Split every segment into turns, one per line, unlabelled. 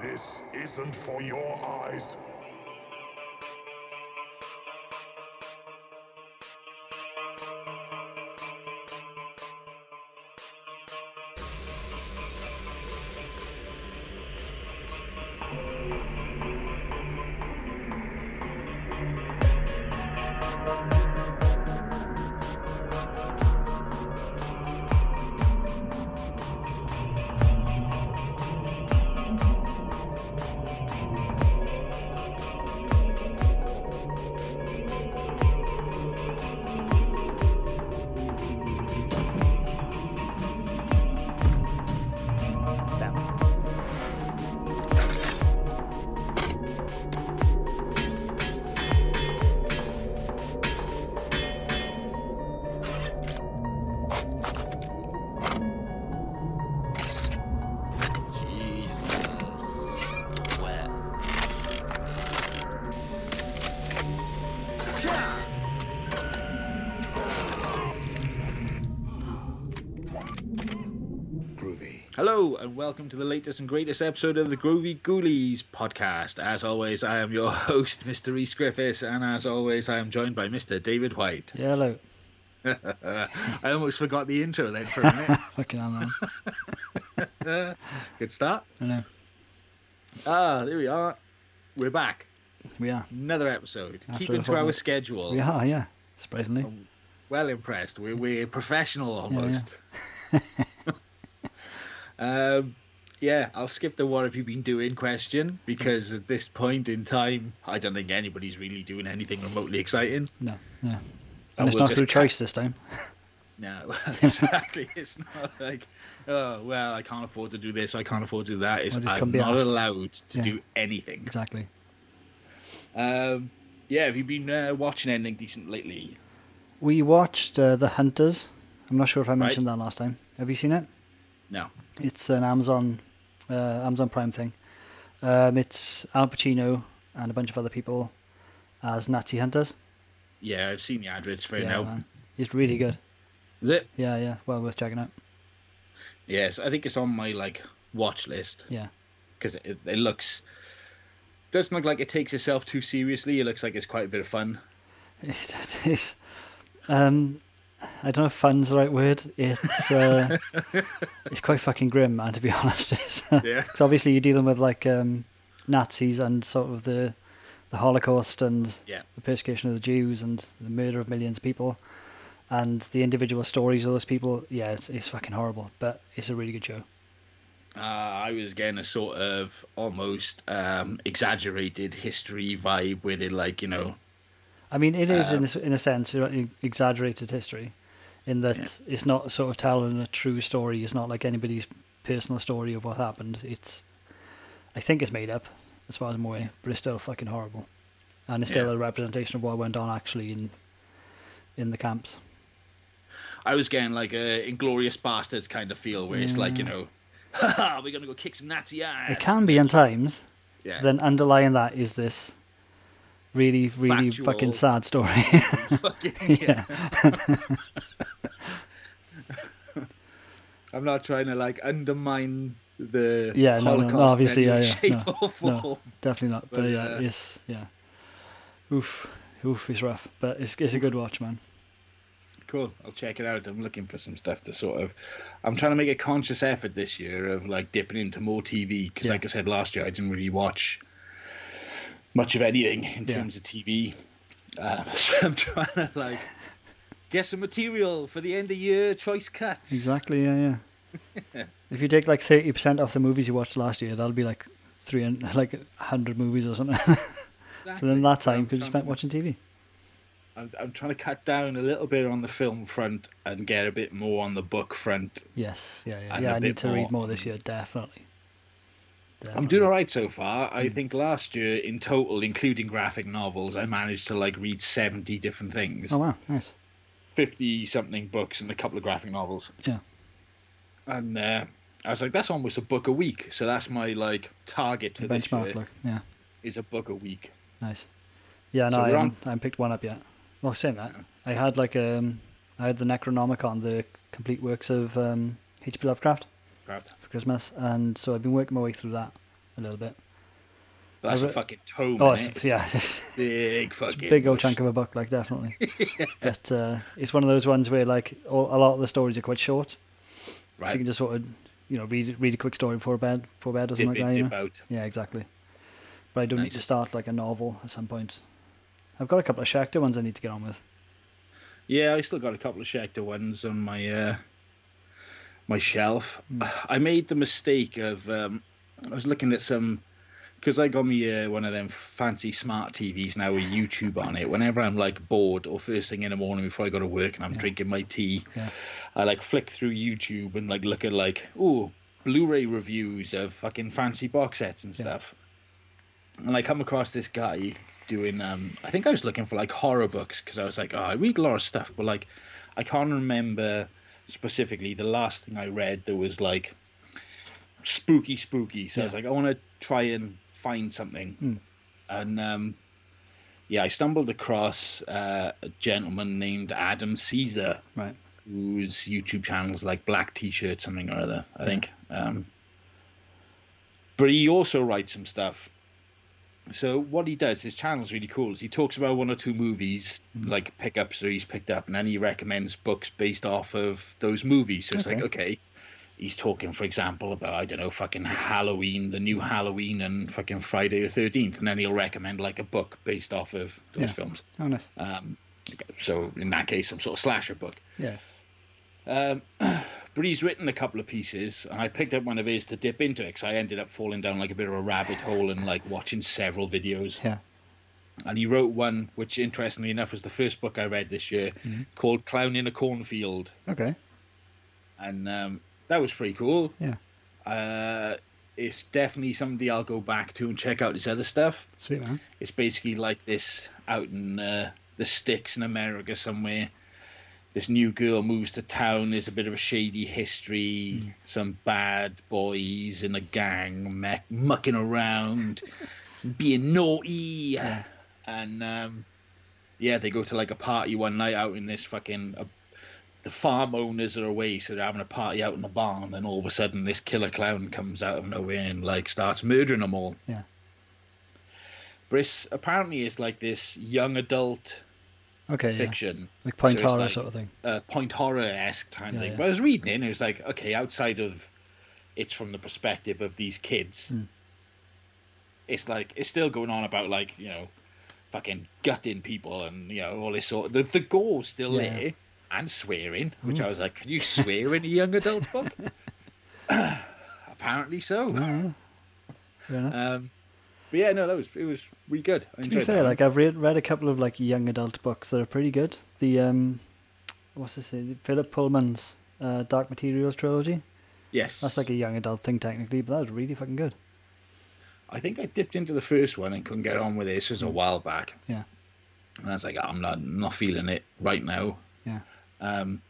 This isn't for your eyes.
Hello, and welcome to the latest and greatest episode of the Groovy Ghoulies podcast. As always, I am your host, Mr. Reese Griffiths, and as always, I am joined by Mr. David White.
Yeah, hello.
I almost forgot the intro then for a minute.
Fucking hell, man.
Good start.
Hello.
Ah, there we are. We're back.
We are.
Another episode.
After
Keeping
the
to our
fortnight.
schedule.
We are, yeah. Surprisingly.
um, Well impressed. We're, we're professional almost. um, yeah, I'll skip the what have you been doing question because at this point in time, I don't think anybody's really doing anything remotely exciting.
No, no. And
And
it's
we'll
not
just
through
ca-
choice this time.
No, exactly. it's not like, oh, well, I can't afford to do this, I can't afford to do that. It's,
Well, just
I'm
can't be
not
arsed.
allowed to
Yeah.
do anything.
Exactly.
Um, yeah, have you been uh, watching anything decent lately?
We watched uh, The Hunters. I'm not sure if I mentioned that last time. Have you seen it?
No.
It's an Amazon uh, Amazon Prime thing. Um, it's Al Pacino and a bunch of other people as Nazi hunters.
Yeah, I've seen the adverts for it
yeah,
now. Hmm.
man. It's really good.
Is it?
Yeah, yeah. Well worth checking out.
Yes, I think it's on my like watch list
Yeah.
because it, it looks doesn't look like it takes itself too seriously. It looks like it's quite a bit of fun.
It's, it is. Um, I don't know if fun's the right word. It's uh, it's quite fucking grim, man. To be honest, it's,
Yeah.
So obviously you're dealing with like um, Nazis and sort of the the Holocaust and
Yeah.
the persecution of the Jews and the murder of millions of people and the individual stories of those people. Yeah, it's it's fucking horrible, but it's a really good show.
Uh, I was getting a sort of almost um, exaggerated history vibe with it, like you know,
I mean, it is
Um,
in a, s- in a sense you know, exaggerated history, in that it's not sort of telling a true story. It's not like anybody's personal story of what happened. It's, I think it's made up, as far as I'm aware, but it's still fucking horrible, and it's still
Yeah.
a representation of what went on actually in, in the camps.
I was getting like a Inglorious Bastards kind of feel where it's like you know, haha, we're gonna go kick some Nazi ass.
Mm. It can be in times.
yeah.
Then underlying that is this, really, really
Factual.
fucking sad story.
Fucking- yeah. I'm not trying to like undermine the
Yeah, no, no, no,
Holocaust
obviously,
in any
yeah, yeah,
shape
no,
or form.
no. Definitely not. But,
But,
yeah,
uh,
it's yeah. Oof, oof, it's rough, but it's it's a good watch, man.
Cool. I'll check it out. I'm looking for some stuff to sort of. I'm trying to make a conscious effort this year of like dipping into more TV because,
Yeah.
like I said last year, I didn't really watch much of anything in
Yeah.
terms of TV. Um, so I'm trying to like get some material for the end of year choice cuts.
Exactly. Yeah, yeah. if you take like thirty percent off the movies you watched last year, that'll be like three and like hundred movies or something. so then that time you could
Exactly.
have spent watching TV.
I'm, I'm trying to cut down a little bit on the film front and get a bit more on the book front.
Yes. Yeah, yeah.
And a
yeah I
bit
need to read
more.
more this year, definitely.
I'm doing all right so far.
Hmm.
I think last year, in total, including graphic novels, I managed to like read 70 different things,
Oh wow, nice.
50 something books, and a couple of graphic novels.
Yeah.
And uh, I was like, that's almost a book a week. So that's my like target for this year
Benchmark look. Yeah,
is a book a week.
nice. Yeah, no,
So
I,
we're on-
haven't, I haven't picked one up yet. Well, saying that, I had like um, I had the Necronomicon, the complete works of um, H.P. Lovecraft.
Right.
for Christmas, and so I've been working my way through that. a little bit.
That's
I
a
re-
fucking tome.
Oh,
innit?
it's, yeah, it's
big
a
fucking
big old
bush.
chunk of a book, like definitely. But uh, it's one of those ones where like all, a lot of the stories are quite short, so you
Right.
can just sort of you know read read a quick story before bed, before bed or
Dip
something
in,
like that. You
dip
know?
out.
Yeah, exactly. But I do need to
Nice.
start like a novel at some point. I've got a couple of Shakhtar ones I need to get on with.
Yeah, I still got a couple of Schecter ones on my uh, my shelf. I made the mistake of um, I was looking at some because I got me uh, one of them fancy smart TVs now with YouTube on it. Whenever I'm like bored or first thing in the morning before I go to work and I'm drinking my tea,
Yeah.
I like flick through YouTube and like look at like oh Blu-ray reviews of fucking fancy box sets and stuff. And I come across this guy doing um I think I was looking for like horror books because I was like, oh, I read a lot of stuff, but like I can't remember specifically the last thing I read that was like spooky spooky. So I was
Yeah.
like, I want to try and find something. And um yeah, I stumbled across uh, a gentleman named Adam Caesar
Right.
whose YouTube channel's like Black T-shirt something or other, I think. Um, but he also writes some stuff. So what he does, his channel's really cool. Is he talks about one or two movies, like pickups that he's picked up, and then he recommends books based off of those movies. So it's like, okay, he's talking, for example, about I don't know, fucking Halloween, the new Halloween, and fucking Friday the Thirteenth, and then he'll recommend like a book based off of those
Yeah.
films.
Oh, nice.
Uh, So in that case, some sort of slasher book.
yeah.
But he's written a couple of pieces, and I picked up one of his to dip into because I ended up falling down like a bit of a rabbit hole and like watching several videos.
Yeah.
And he wrote one, which interestingly enough was the first book I read this year, called "Clown in a Cornfield,"
Okay.
and um, that was pretty cool.
Yeah.
Uh, it's definitely somebody I'll go back to and check out his other stuff.
Sweet man.
It's basically like this out in uh, the sticks in America somewhere. This new girl moves to town. There's a bit of a shady history. Some bad boys in a gang me- mucking around, being naughty, and um, yeah, they go to like a party one night out in this fucking. Uh, the farm owners are away, so they're having a party out in the barn, and all of a sudden, this killer clown comes out of nowhere and like starts murdering them all.
Yeah.
Briss apparently is like this young adult
Okay. Yeah.
fiction,
Like point
So it's
horror
like-
sort of thing.
uh, point horror esque kind
Yeah,
of thing.
yeah.
But I was reading it and it was like, okay, outside of it's from the perspective of these kids,
Hmm.
it's like, it's still going on about like, you know, fucking gutting people and, you know, all this sort the, the gore's still
Yeah. Hmm.
there and swearing, which I was like, can you swear in a young adult book? apparently so.
Fair enough.
Um, but yeah, no, that was, it was really good.
to
I Uh, enjoyed
be
that
fair,
one.
like I've read read a couple of like young adult books that are pretty good. The um, what's this? uh, Philip Pullman's uh, Dark Materials trilogy.
yes.
That's like a young adult thing technically, but that was really fucking good.
I think I dipped into the first one and couldn't get on with it. This was a while back,
Yeah.
and I was like, I'm not not feeling it right now.
Yeah.
Um,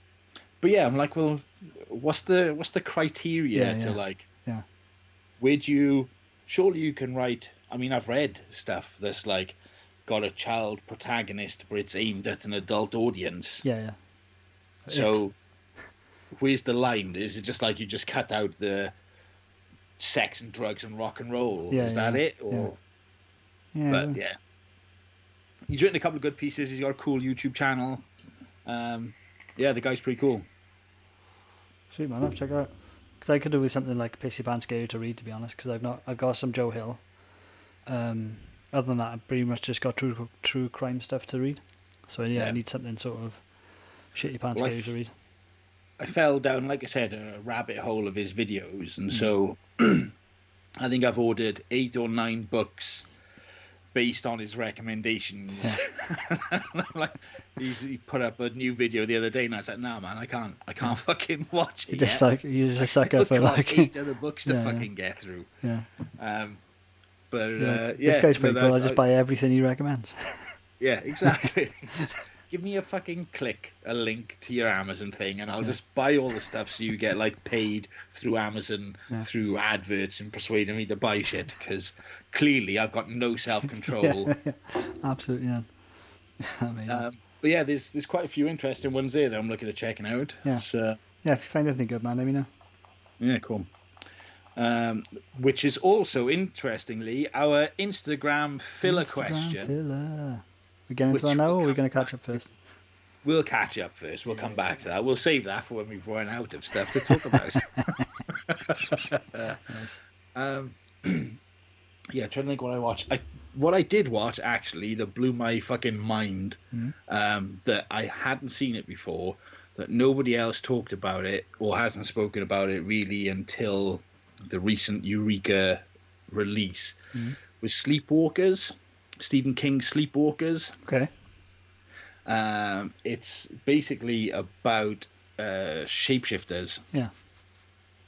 but yeah, I'm like, well, what's the what's the criteria
Yeah,
to
yeah.
like?
Yeah.
Would you? Surely you can write. I mean, I've read stuff that's like got a child protagonist, but it's aimed at an adult audience.
Yeah. Yeah.
So, where's the line? Is it just like you just cut out the sex and drugs and rock and roll?
Yeah,
Is that
yeah,
it?
yeah.
Or
Yeah.
but yeah, he's written a couple of good pieces. He's got a cool YouTube channel. Um, yeah, the guy's pretty cool.
Sweet man, I've checked it out. Because I could do with something like Pissy Pants Scary to read, to be honest. Because I've not, I've got some Joe Hill. Um, other than that, I've pretty much just got true true crime stuff to read. So yeah,
Yeah.
I need something sort of shitty pants
Well, I
scary to read.
I fell down, like I said, a rabbit hole of his videos,
Hmm.
and so I think I've ordered eight or nine books based on his recommendations. And I'm like, he's, he put up a new video the other day, and I was like, "Nah, man, I can't, I can't fucking watch it."
Just
yet.
like you're just
I
a sucker
still
for
got
like,
eight other books to
Yeah, yeah.
fucking get through.
yeah.
Um, but uh,
You're like,
yeah,
this guy's
no,
pretty
that- uh,
cool. I'll just buy everything he recommends.
Yeah, exactly. just give me a fucking click, a link to your Amazon thing, and I'll just buy all the stuff so you get like paid through Amazon through adverts and persuading me to buy shit because clearly I've got no self control.
Absolutely. Yeah. Amazing.
um, but yeah, there's there's quite a few interesting ones there that I'm looking at checking out.
Yeah.
So
yeah, if you find anything good, man, let me know.
yeah, cool. um, which is also interestingly our Instagram filler
Instagram
question.
Filler. We getting into
Which
that now, or
we'll
are we going to
come
catch up first?
We'll catch up first. We'll come back to that. We'll save that for when we've run out of stuff to talk about.
Nice.
Um, yeah, trying to think what I watched. I what I did watch actually that blew my fucking mind. Um, that I hadn't seen it before. That nobody else talked about it or hasn't spoken about it really until the recent Eureka release was Sleepwalkers, Stephen King's Sleepwalkers.
Okay.
Um, it's basically about uh, shapeshifters
Yeah.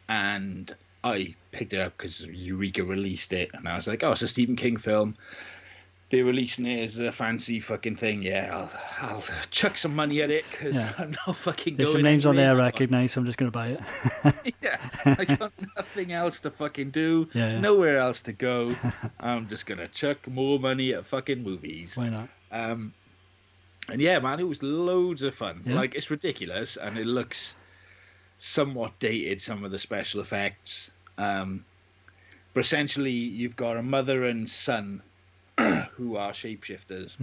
and I picked it up because Eureka released it, and I was like, "Oh, it's a Stephen King film. They're releasing it as a fancy fucking thing. Yeah, I'll, I'll chuck some money at it because
Yeah.
I'm not fucking
There's
going."
some names on
anywhere.
there I recognise, so I'm just going to buy it.
Yeah, I got nothing else to fucking do.
Yeah, yeah.
Nowhere else to go. I'm just gonna chuck more money at fucking movies.
Why not?
Um, and yeah, man, it was loads of fun.
Yeah.
Like it's ridiculous, and it looks somewhat dated. Some of the special effects, um, but essentially, you've got a mother and son who are shapeshifters,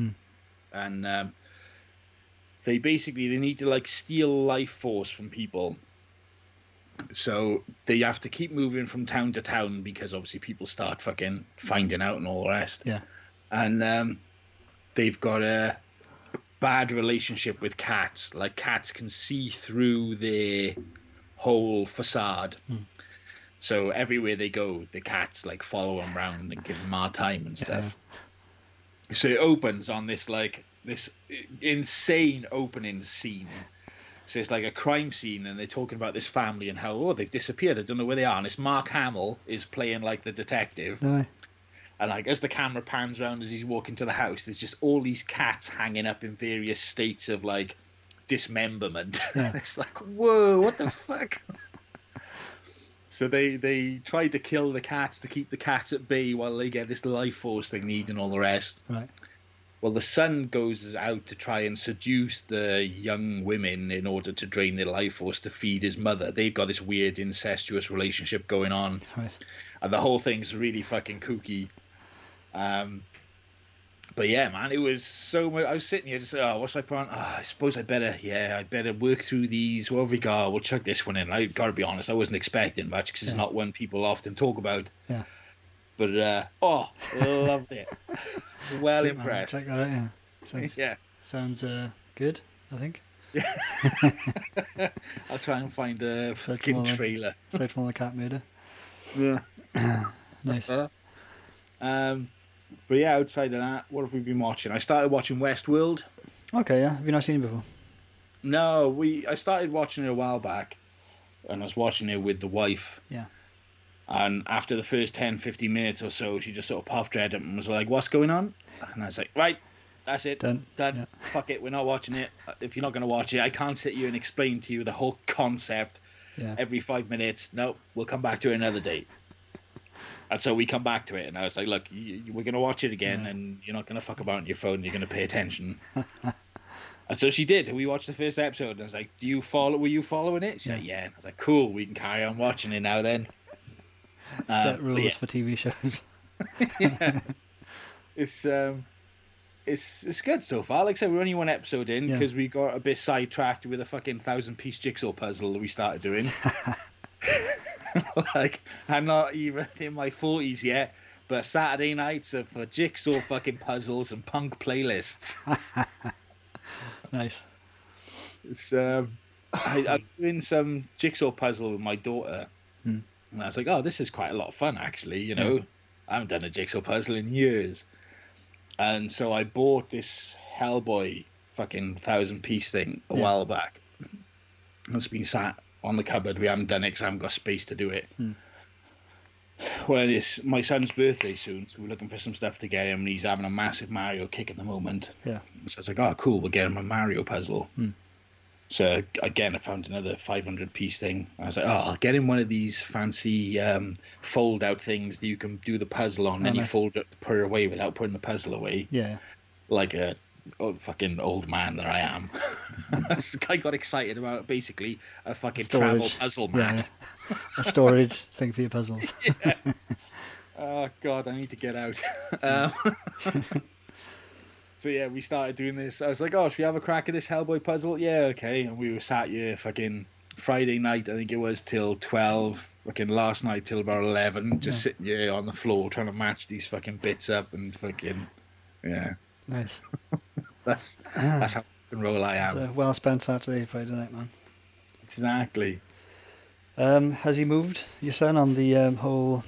and um, they basically they need to like steal life force from people. So they have to keep moving from town to town because obviously people start fucking finding out and all the rest
Yeah.
and um, they've got a bad relationship with cats. Like cats can see through their whole facade. So everywhere they go, the cats like follow them around and give them hard time and stuff. So it opens on this like this insane opening scene. So it's like a crime scene, and they're talking about this family and how oh they've disappeared. I don't know where they are. And it's Mark Hamill is playing like the detective,
No.
and like as the camera pans round as he's walking to the house, there's just all these cats hanging up in various states of like dismemberment.
Yeah.
it's like, whoa, what the fuck? So they they tried to kill the cats to keep the cats at bay while they get this life force they need and all the rest.
Right.
Well, the son goes out to try and seduce the young women in order to drain their life force to feed his mother. They've got this weird incestuous relationship going on
Right.
and the whole thing's really fucking kooky. Um, but yeah, man, it was so much. I was sitting here just, oh, what should I put on? Oh, I suppose I better, yeah, I better work through these. What have we got? We'll chuck this one in. I gotta be honest, I wasn't expecting much because it's not one people often talk about.
Yeah.
But uh, oh, loved it. well
Sweet, man.
impressed.
Check that out, yeah. Sounds,
Yeah,
sounds uh, good, I think.
I'll try and find a
Search
fucking
more like-
trailer.
Aside from all the cat murder. Nice.
Uh-huh. Um, but yeah, outside of that, what have we been watching? I started watching Westworld.
Okay, yeah. Have you not seen it before?
No, we. I started watching it a while back, and I was watching it with the wife.
Yeah.
And after the first 10, 15 minutes or so, she just sort of popped her head up and was like, "What's going on?" And I was like, "Right, that's it.
Done.
Done.
Yeah.
Fuck it. We're not watching it. If you're not going to watch it, I can't sit here and explain to you the whole concept
Yeah.
every five minutes. No, we'll come back to it another day." And so we come back to it, and I was like, "Look, you, you- we're going to watch it again, and you're not going to fuck about on your phone. You're going to pay attention." And so she did. We watched the first episode, and I was like, "Do you follow? Were you following it?" She's like, "Yeah." And I was like, "Cool, we can carry on watching it now then." Uh,
Set
but
rules
yeah,
for TV shows.
it's um, it's it's good so far. Like I said, we're only one episode in
Yeah.
because we got a bit sidetracked with a fucking thousand-piece jigsaw puzzle that we started doing. like I'm not even in my forties yet, but Saturday nights are for jigsaw fucking puzzles and punk playlists.
Nice.
It's, um, I, I'm doing some jigsaw puzzle with my daughter, and I was like, "Oh, this is quite a lot of fun, actually." You know, I haven't done a jigsaw puzzle in years, and so I bought this Hellboy fucking thousand piece thing a
Yeah.
while back. It's been sat on the cupboard. We haven't done it 'cause I haven't got space to do it. Well, it's my son's birthday soon, so we're looking for some stuff to get him, and he's having a massive Mario kick at the moment.
Yeah.
So I was like, oh, cool, we'll get him a Mario puzzle.
Hmm.
So again, I found another 500 piece thing. I was like, oh, I'll get him one of these fancy um, fold out things that you can do the puzzle on, and you
Oh, nice.
fold it, put it away without putting the puzzle away,
Yeah.
like a oh, fucking old man that I am. this guy got excited about basically a fucking travel
Storage.
puzzle
Yeah,
mat.
yeah. a storage thing for your puzzles.
Oh god, I need to get out. um, so yeah, we started doing this. I was like, oh, should we have a crack at this Hellboy puzzle? Yeah, okay. And we were sat here fucking Friday night, I think it was, till twelve. Fucking last night till about eleven, just sitting here on the floor trying to match these fucking bits up and fucking yeah.
Nice.
That's that's how fucking roll I am.
It's a well spent Saturday, Friday night, man.
Exactly.
Um, has he moved your son on the um, whole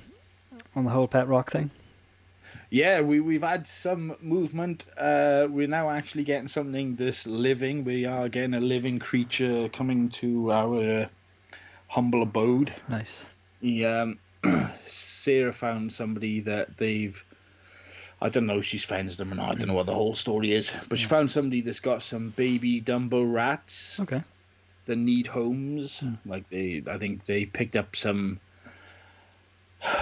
on the whole pet rock thing?
Yeah, we, we've had some movement. Uh, we're now actually getting something this living. We are getting a living creature coming to our uh, humble abode.
Nice.
He, um, Sarah found somebody that they've. I don't know if she's friends with them or not. I don't know what the whole story is. But she found somebody that's got some baby Dumbo rats
Okay.
that need homes. Like they, I think they picked up some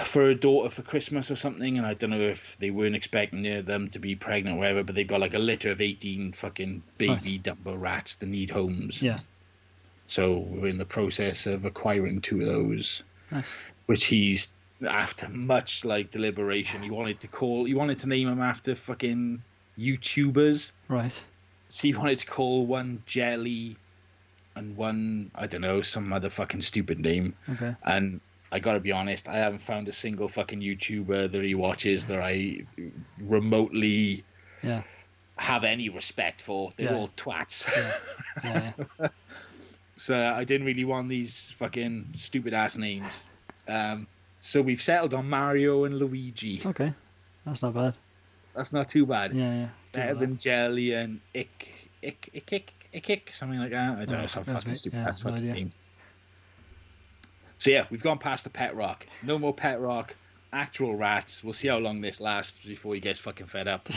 for a daughter for Christmas or something, and I don't know if they weren't expecting uh, them to be pregnant or whatever. But they've got like a litter of eighteen fucking baby Dumbo rats that need homes.
Yeah.
So we're in the process of acquiring two of those,
Nice.
which he's after much like deliberation. He wanted to call. He wanted to name them after fucking YouTubers.
Right.
So he wanted to call one Jelly and one, I don't know, some other fucking stupid name.
Okay.
And I gotta be honest, I haven't found a single fucking YouTuber that he watches that I remotely
Yeah.
have any respect for. They're
Yeah.
all twats.
Yeah. yeah.
so I didn't really want these fucking stupid ass names. Um, so we've settled on Mario and Luigi.
Okay. That's not bad.
That's not too bad.
Yeah. Yeah. Do
Better
that.
than Jelly and Ick, Ick, Ick, Ick, Ick, Ick, something like that. I don't
Oh,
know, some
that's
fucking
right.
stupid
Yeah,
ass
no
fucking
idea.
name. So yeah, we've gone past the pet rock. No more pet rock. Actual rats. We'll see how long this lasts before he gets fucking fed up.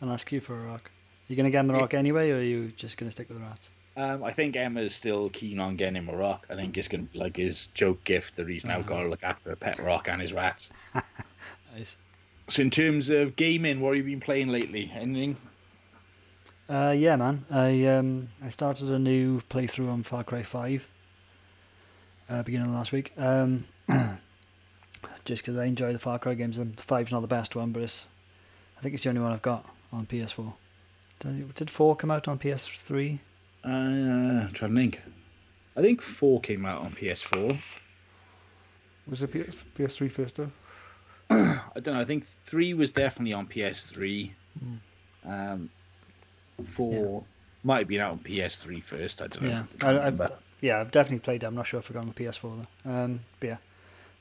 And ask you for a rock. You gonna get him the rock anyway, or are you just gonna stick with the rats?
Um, I think Emma's still keen on getting him a rock. I think it's gonna be like his joke gift that he's now got to look after a pet rock and his rats.
Nice.
So in terms of gaming, what have you been playing lately? Anything?
Uh, yeah, man. I um I started a new playthrough on Far Cry Five. Uh, beginning of last week. Um, just because I enjoy the Far Cry games, and Five's not the best one, but it's I think it's the only one I've got on PS4. Did, did four come out on PS3?
Uh, I'm trying to think. I think four came out on PS4.
Was it PS, PS3 first though?
I don't know. I think three was definitely on PS3.
Hmm.
Um, four might have been out on PS3 first. I don't know.
Yeah,
Can't
I, I,
remember.
yeah, I've definitely played it. I'm not sure if I got on the PS4 though. Um, but yeah,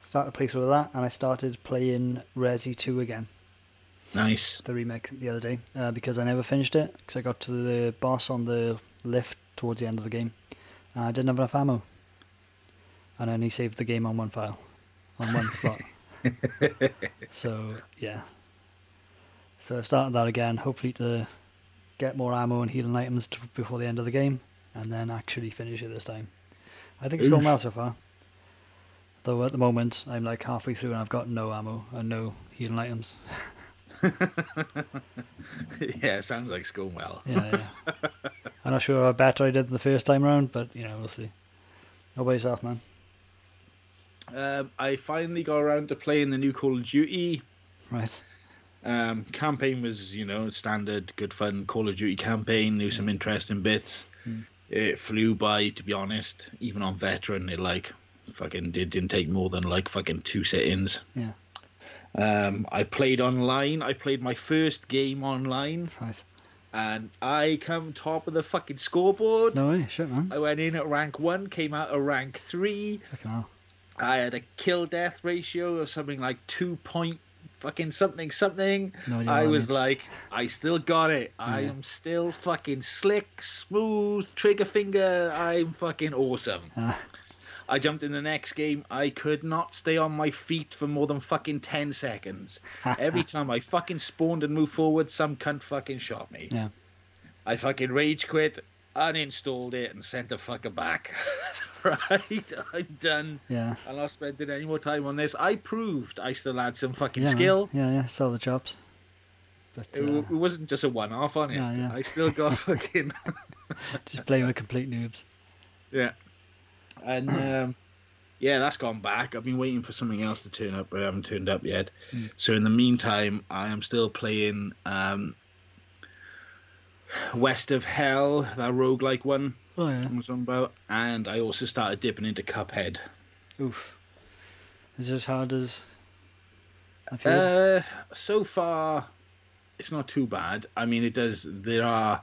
started playthrough with that, and I started playing Resi Two again,
nice.
the remake the other day, uh, because I never finished it because I got to the boss on the lift towards the end of the game, and I didn't have enough ammo, and I only saved the game on one file, on one slot. so yeah, so I started that again, hopefully to get more ammo and healing items to, before the end of the game, and then actually finish it this time. I think it's gone well so far. Though at the moment I'm like halfway through and I've got no ammo and no healing items.
yeah, it sounds like it's going well.
Yeah, yeah. I'm not sure how better I did the first time round, but you know we'll see. How about yourself, man?
Um, I finally got around to playing the new Call of Duty.
Right.
Um, campaign was, you know, standard, good fun Call of Duty campaign. Knew
Hmm.
some interesting bits. It flew by, to be honest. Even on veteran, it like fucking did, didn't take more than like fucking two sit-ins.
Yeah.
Um, I played online. I played my first game online,
Right.
and I come top of the fucking scoreboard.
No way. Shit, man.
I went in at rank one, came out at rank three.
Fucking hell.
I had a kill death ratio of something like two point fucking something something.
No idea what
I
that
was
means.
like, I still got it. I
Yeah.
am still fucking slick, smooth, trigger finger. I'm fucking awesome.
Ah.
I jumped in the next game. I could not stay on my feet for more than fucking 10 seconds. Every time I fucking spawned and moved forward, some cunt fucking shot me.
Yeah.
I fucking rage quit, uninstalled it, and sent the fucker back. right, I'm done.
Yeah.
I'm not spending any more time on this. I proved I still had some fucking
Yeah. man.
skill.
Yeah, yeah. Sell the chops. But
It, w-
uh,
it wasn't just a one-off, honest.
yeah.
I still got fucking.
Just blame the complete noobs.
Yeah. And um, yeah, that's gone back. I've been waiting for something else to turn up, but it haven't turned up yet.
Hmm.
So in the meantime, I am still playing um, West of Hell, that roguelike one
Oh yeah.
I was on about. And I also started dipping into Cuphead.
Oof. Is it as hard as? I've heard?
Uh, so far, it's not too bad. I mean, it does. There are.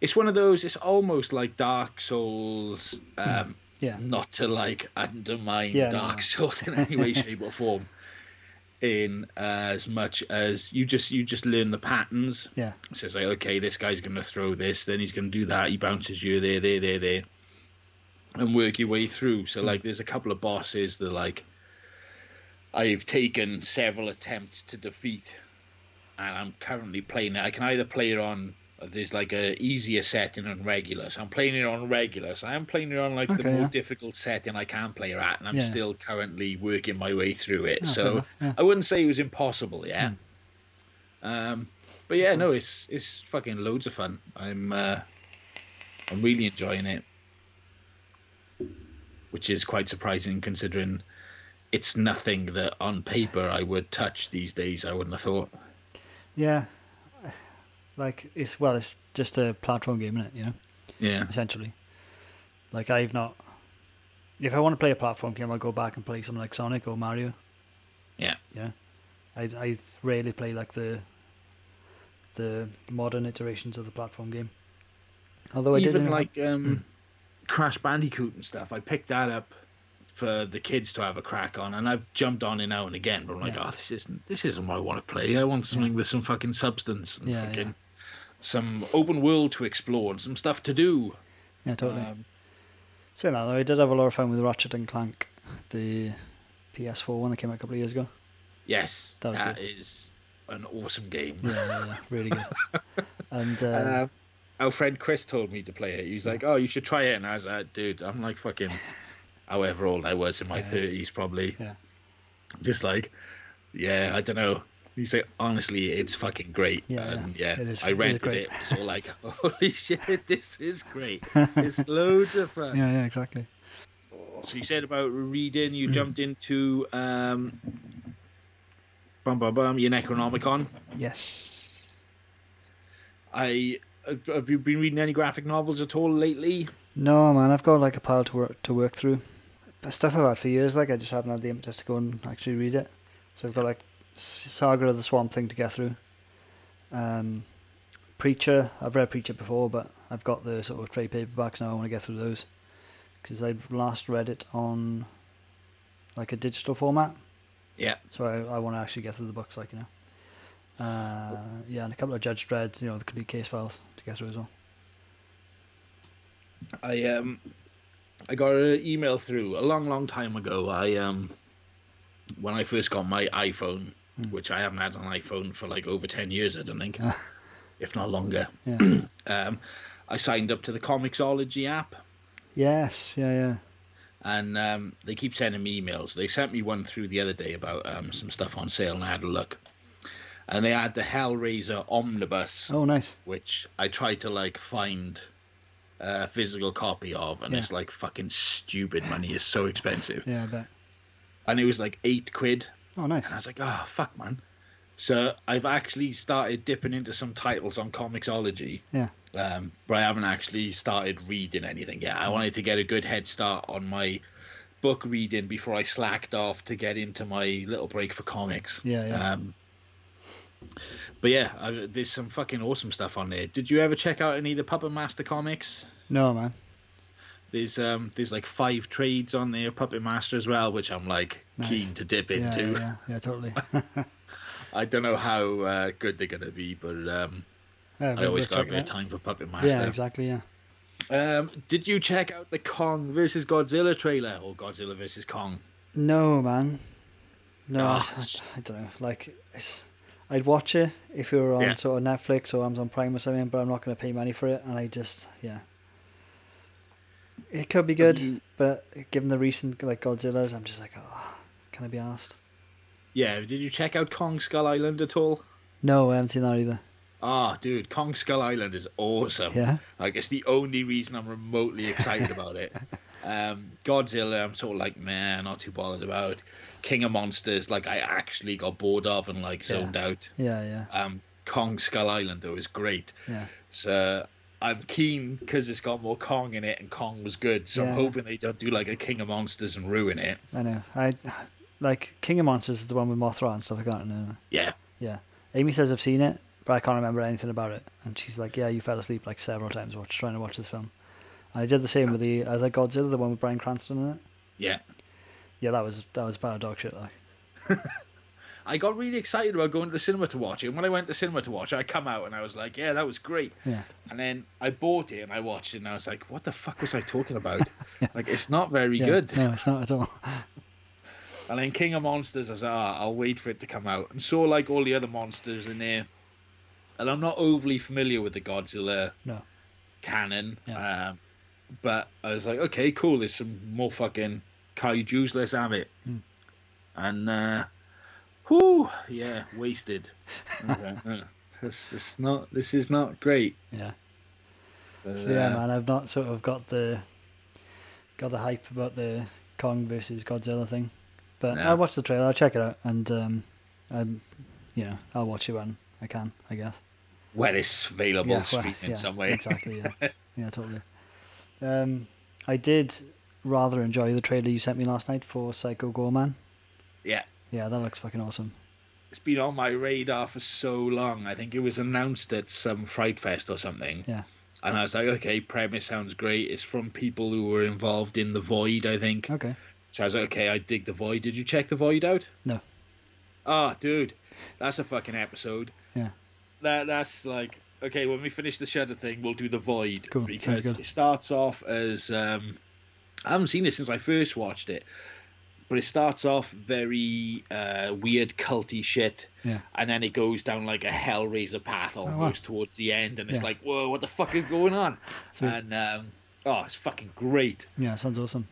It's one of those. It's almost like Dark Souls. Um,
Hmm. yeah.
Not to like undermine
Yeah, no,
Dark
no.
Souls in any way, shape, or form. In as much as you just you just learn the patterns.
Yeah.
So it's like, okay, this guy's going to throw this, then he's going to do that. He bounces you there, there, there, there, and work your way through.
Hmm.
So like, there's a couple of bosses that like I've taken several attempts to defeat, and I'm currently playing it. I can either play it on there's like a easier setting and regular. So I'm playing it on regular. So I'm playing it on like the
Okay,
more
yeah.
difficult setting I can play it at, and I'm
Yeah.
still currently working my way through it.
Ah, fair
so
enough, yeah. Hmm.
I wouldn't say it was impossible. Yeah. Um, but yeah, no, it's it's fucking loads of fun. I'm uh, I'm really enjoying it, which is quite surprising considering it's nothing that on paper I would touch these days. I wouldn't have thought.
Yeah. Like it's well, it's just a platform game, isn't it? You know,
Yeah,
essentially. Like I've not. If I want to play a platform game, I'll go back and play something like Sonic or Mario.
yeah,
Yeah, I I rarely play like the the modern iterations of the platform game. Although I did Hmm.
even
in-
like um, Crash Bandicoot and stuff. I picked that up for the kids to have a crack on, and I've jumped on it now and again. But I'm like,
Yeah.
oh, this isn't this isn't what I want to play. I want something with some fucking substance and
Yeah,
fucking
yeah.
some open world to explore and some stuff to do.
yeah, totally.
um,
so now though, I did have a lot of fun with Ratchet and Clank, the PS4 one that came out a couple of years ago.
Yes,
That was
that
good.
is an awesome game.
Yeah, yeah, yeah, really good. And uh,
Uh, our friend Chris told me to play it. He was like, "Oh, you should try it." And I was like, "Dude, I'm like fucking, however old I was in my thirties, probably.
yeah,
Just like, yeah, I don't know." He said, "Honestly, it's fucking great."
Yeah,
and
yeah,
yeah,
it is-
I
it is
rented
great.
it. It's all like, "Holy shit, this is great! It's loads of fun."
yeah, yeah, exactly.
So you said about reading. You jumped into um, bum bum bum your Necronomicon.
Yes.
I have- have you been reading any graphic novels at all lately?
No man, I've got like a pile to work to work through. But stuff I've had for years, like I just haven't had the impetus to go and actually read it. So I've got like S- Saga of the Swamp Thing to get through. Um, Preacher, I've read Preacher before, but I've got the sort of trade paperbacks now. I want to get through those because I last read it on like a digital format.
Yeah.
So I, I want to actually get through the books, like you know. Uh, yeah, and a couple of Judge Dreads, you know, there could be case files to get through as well.
I um I got an email through a long, long time ago. I um when I first got my iPhone, which I haven't had an iPhone for like over ten years, I don't think, if not longer.
Yeah.
Um, I signed up to the Comixology app,
yes. Yeah. Yeah.
and um, they keep sending me emails. They sent me one through the other day about um, some stuff on sale, and I had a look. And they had the Hellraiser Omnibus,
Oh, nice.
which I tried to like find a physical copy of, and
Yeah.
it's like fucking stupid money. It's so expensive,
Yeah, I bet.
and it was like eight quid,
Oh, nice.
and I was like, oh fuck, man. So I've actually started dipping into some titles on Comixology,
Yeah,
um, but I haven't actually started reading anything yet. I wanted to get a good head start on my book reading before I slacked off to get into my little break for comics.
Yeah, yeah.
Um, but yeah, I, there's some fucking awesome stuff on there. Did you ever check out any of the Puppet Master comics?
no man.
There's um, there's like five trades on there, Puppet Master as well, which I'm like
Nice.
keen to dip
Yeah,
into.
yeah, yeah, yeah, totally.
I don't know how uh, good they're gonna be, but um,
Yeah,
I always got a
check it
bit of
out.
time for Puppet Master.
Yeah, exactly. Yeah.
Um, did you check out the Kong versus Godzilla trailer or Godzilla versus Kong?
No man. No, I,
Ah.
I, I don't know. Like, it's, I'd watch it if you were on
Yeah.
sort of Netflix or Amazon Prime or something, but I'm not going to pay money for it. And I just, yeah. It could be good,
you-
but given the recent like Godzilla's, I'm just like, oh, can I be asked?
Yeah, did you check out Kong Skull Island at all?
No, I haven't seen that either.
Ah, dude, Kong Skull Island is awesome.
Yeah.
Like it's the only reason I'm remotely excited about it. Um, Godzilla, I'm sort of like, man, not too bothered about. King of Monsters, like I actually got bored of and like zoned out.
Yeah, yeah,
Um, Kong Skull Island though is great.
yeah.
So I'm keen because it's got more Kong in it, and Kong was good. So
Yeah.
I'm hoping they don't do like a King of Monsters and ruin it.
I know. I like King of Monsters is the one with Mothra and stuff like that. And uh,
Yeah,
yeah, Amy says I've seen it, but I can't remember anything about it. And she's like, "Yeah, you fell asleep like several times watch, trying to watch this film." And I did the same with the other Godzilla, the one with Brian Cranston in it.
yeah.
Yeah, that was that was about dog shit. Like,
I got really excited about going to the cinema to watch it. And when I went to the cinema to watch it, I come out and I was like, yeah, that was great.
yeah,
And then I bought it and I watched it and I was like, what the fuck was I talking about? Like, it's not very
yeah.
good.
No, it's not at all.
And then King of Monsters, I was like, ah, I'll wait for it to come out. And saw like all the other monsters in there. And I'm not overly familiar with the Godzilla
No.
canon.
Yeah.
Um, but I was like, okay, cool. There's some more fucking kaiju's. Let's have it.
Mm.
And, uh, whoo, yeah, wasted. I was like, "Uh, this is not. This is not great.
Yeah.
But,
So yeah,
uh,
man, I've not sort of got the got the hype about the Kong versus Godzilla thing, but
No.
I'll watch the trailer. I'll check it out, and um, I'm, you know, I'll watch it when I can. I guess.
When it's available
well,
streaming
yeah,
somewhere.
Exactly. Yeah. yeah. Totally. Um, I did rather enjoy the trailer you sent me last night for Psycho Gorman.
Yeah.
Yeah, that looks fucking awesome.
It's been on my radar for so long. I think it was announced at some Fright Fest or something.
Yeah.
And I was like, okay, premise sounds great. It's from people who were involved in The Void, I think.
Okay.
So I was like, okay, I dig The Void. Did you check The Void out?
No.
Ah, dude, that's a fucking episode.
Yeah.
That that's like okay. When we finish the Shudder thing, we'll do The Void
Cool, sounds
because
good.
it starts off as um, I haven't seen it since I first watched it, but it starts off very uh, weird culty shit.
Yeah. Oh,
And then it goes down like a Hellraiser path
wow.
almost towards the end, and it's
Yeah.
like, whoa, what the fuck is going on?
Sweet.
And um, oh, it's fucking great.
Yeah, sounds awesome.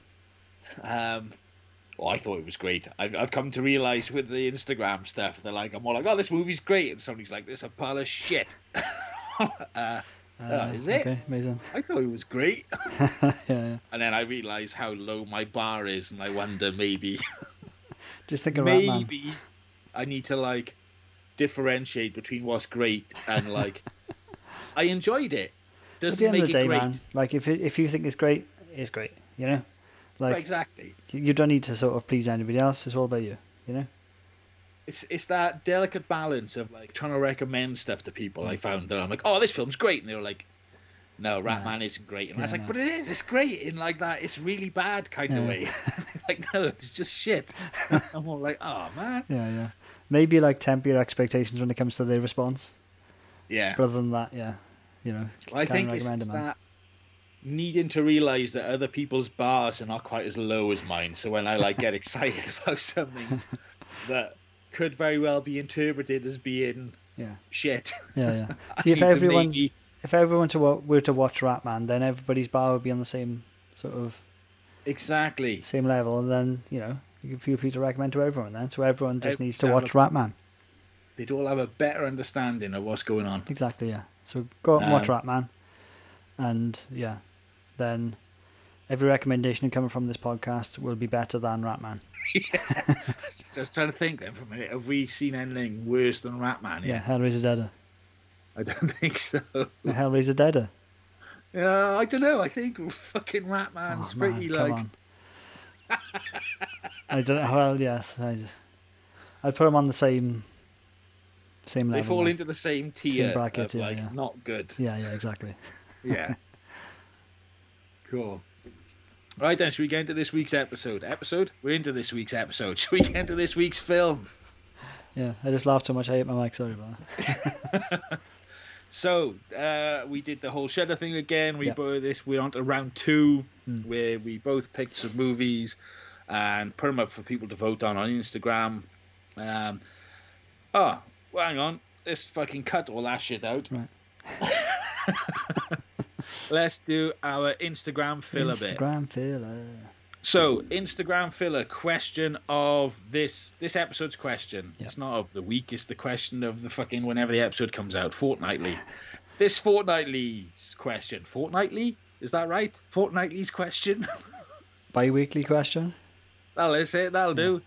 Um, well, I thought it was great. I've, I've come to realize with the Instagram stuff, they're like, I'm all like, oh, this movie's great. And somebody's like, this is a pile of shit. uh,
Uh,
is it?
Okay, amazing.
I thought it was great.
yeah, yeah.
And then I realize how low my bar is. And I wonder, maybe,
Just think of Ratman.
maybe I need to like differentiate between what's great and like, I enjoyed it.
At
Doesn't
the end
make
of the day,
it great.
man, like if it, if you think it's great, it's great. You know, like
exactly.
you- you don't need to sort of please anybody else. It's all about you. You know.
it's it's that delicate balance of like trying to recommend stuff to people. I found that I'm like, oh, this film's great, and they were like, no, Ratman isn't great, and I was
Yeah,
like,
no.
but it is, it's great in like that, it's really bad kind of
Yeah.
way. like no, it's just shit. I'm all like, oh man,
Yeah, yeah. Maybe like temper your expectations when it comes to their response.
yeah.
But other than that, yeah, you know.
Well, I
can't
think it's
recommend
just
it, man.
that needing to realize that other people's bars are not quite as low as mine. So when I like get excited about something that could very well be interpreted as being
Yeah,
shit,
yeah, yeah.
I
See, if
need to
everyone
maybe-
if everyone to wa- were to watch Ratman, then everybody's bar would be on the same sort of
exactly.
same level, and then you know you can feel free to recommend to everyone. Then, so everyone just
Every
needs to
channel.
watch Ratman.
they'd all have a better understanding of what's going on.
Exactly, yeah. So go out and watch Ratman, and yeah, then every recommendation coming from this podcast will be better than Ratman.
So I was trying to think then for a minute. Have we seen anything worse than Ratman?
Yeah,
yet?
Hellraiser Deader.
I don't think so.
Hellraiser Deader.
Uh, I don't know. I think fucking Ratman's
Oh,
pretty
man, come
like.
on. I don't know. Well, yeah, I'd, I'd put them on the same same level.
They fall
then.
into the same tier
bracket,
of
yeah,
like
yeah.
not good.
Yeah, yeah, exactly.
Yeah. cool. Right then, should we get into this week's episode? Episode? We're into this week's episode. Should we get into this week's film?
Yeah, I just laughed so much. I hit my mic. Sorry about that.
So uh, we did the whole Shudder thing again. We
Yeah.
bought this. We're on to round two,
Mm.
where we both picked some movies and put them up for people to vote on on Instagram. Um, oh, well, hang on. Let's fucking cut all that shit out.
Right.
Let's do our Instagram fill a bit.
Instagram filler.
So, Instagram filler question of this this episode's question.
Yeah.
It's not of the week. It's the question of the fucking whenever the episode comes out fortnightly. this fortnightly's question. Fortnightly is that right? Fortnightly's question.
Bi weekly question?
that'll is it. That'll do.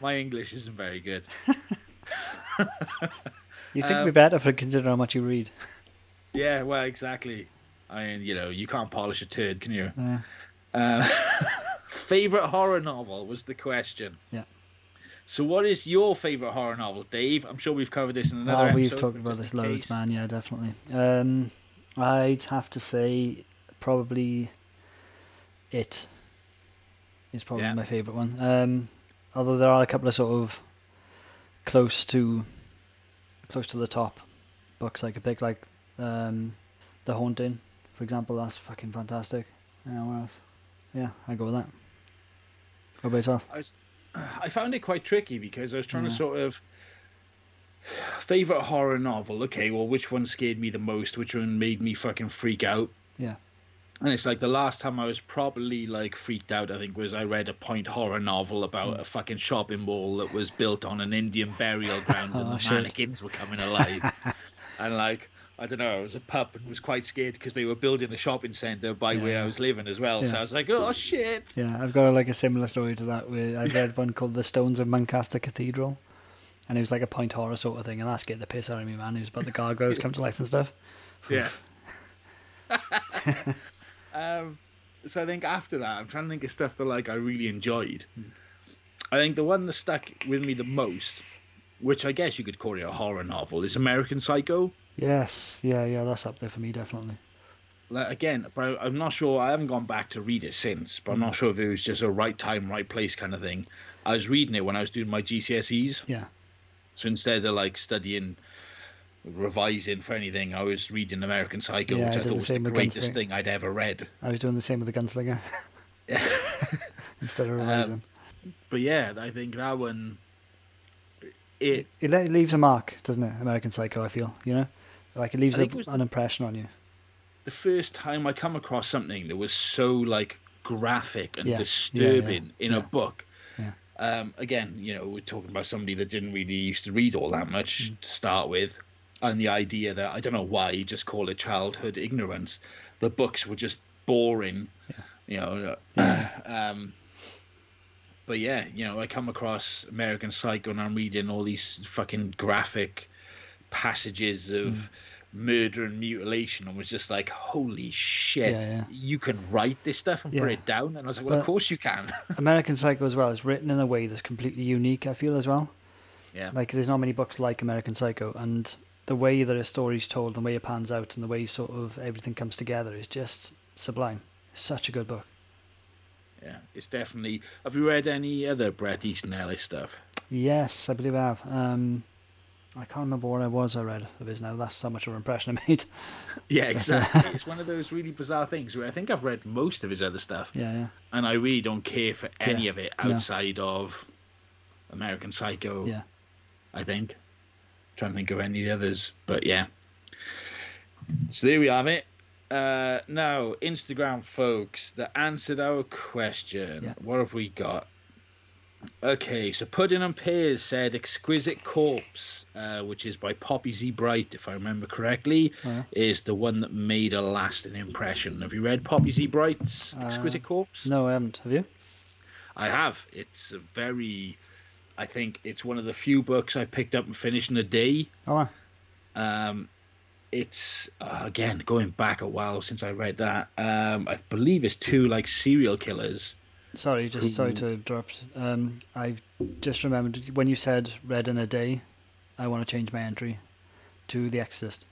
My English isn't very good.
You
Uh,
think it'd be better for considering how much you read.
Yeah, well, exactly. I mean, you know, you can't polish a turd, can you?
Yeah.
Uh, favorite horror novel was the question.
Yeah.
So, what is your favorite horror novel, Dave? I'm sure we've covered this in another
oh,
episode.
we've talked
but
about
just
this
in
loads,
case.
man. Yeah, definitely. Um, I'd have to say probably it is probably
Yeah.
my favourite one. Um, although there are a couple of sort of close to close to the top books I could pick, like um, The Haunting, for example. That's fucking fantastic. Yeah, what else? Yeah, I go with that. What about yourself?
I, was, I found it quite tricky because I was trying to
Yeah.
sort of favorite horror novel. Okay, well, which one scared me the most? Which one made me fucking freak out?
Yeah.
And it's like the last time I was probably like freaked out, I think, was I read a point horror novel
Hmm.
about a fucking shopping mall that was built on an Indian burial ground and
Oh,
the
shit.
mannequins were coming alive. and like, I don't know, I was a pup and was quite scared because they were building the shopping centre by where
Yeah.
I was living as well. So
Yeah.
I was like, oh shit.
Yeah, I've got like a similar story to that. Where I read one called "The Stones of Manchester Cathedral," and it was like a point horror sort of thing, and that scared the piss out of me, man. It was about the gargoyles come to life and stuff.
Yeah. um, so I think after that, I'm trying to think of stuff that like I really enjoyed.
Hmm.
I think the one that stuck with me the most, which I guess you could call it a horror novel, is American Psycho.
Yes, yeah, yeah, that's up there for me definitely.
Like, again, but I- I'm not sure. I haven't gone back to read it since, but I'm not sure if it was just a right time, right place kind of thing. I was reading it when I was doing my GCSEs,
Yeah,
so instead of like studying, revising for anything, I was reading American Psycho,
Yeah, I
which I,
did the
thought was the
same with Gunslinger.
greatest thing I'd ever read.
I was doing the same with the Gunslinger.
Um,
Instead of revising,
But yeah, I think that one. It
it le- leaves a mark, doesn't it? American Psycho, I feel, you know, like it leaves
I
a,
think it was the-
an impression on you.
the first time I come across something that was so like graphic and
Yeah, yeah, yeah,
disturbing in a
yeah.
book.
Yeah.
Um, again, you know, we're talking about somebody that didn't really used to read all that much
Mm.
to start with, and the idea that I don't know why you just call it childhood ignorance. The books were just boring, you know. um, but yeah, you know, I come across American Psycho and I'm reading all these fucking graphic passages of
Hmm.
murder and mutilation and was just like, holy shit,
Yeah, yeah.
you can write this stuff and put
Yeah.
it down. And I was like, well,
But-
of course you can.
American Psycho as well is written in a way that's completely unique. I feel as well.
yeah.
like there's not many books like American Psycho, and the way that a story's told, the way it pans out, and the way sort of everything comes together is just sublime. Such a good book.
yeah. It's definitely. Have you read any other Brett Easton Ellis stuff?
Yes, I believe I have. Um, I can't remember what I was I read of his now. That's how much of an impression I made.
Yeah, exactly. it's one of those really bizarre things where I think I've read most of his other stuff
yeah, yeah,
and I really don't care for any
Yeah,
of it
no.
outside of American Psycho.
yeah.
I think. trying to think of any of the others, but yeah. So there we have it. Uh, now, Instagram folks that answered our question.
Yeah.
What have we got? Okay, so Pudding and Pears said Exquisite Corpse, uh, which is by Poppy Z. Bright, if I remember correctly,
Oh, yeah.
is the one that made a lasting impression. Have you read Poppy Z. Bright's
Uh,
Exquisite Corpse?
No, I haven't. Have you?
I have. It's a very, I think it's one of the few books I picked up and finished in a day.
Oh, wow.
Um, it's uh, again going back a while since I read that. Um, I believe it's two like serial killers.
sorry, just sorry
Who-
to interrupt. Um, I've just remembered when you said read in a day. I want to change my entry to The Exorcist.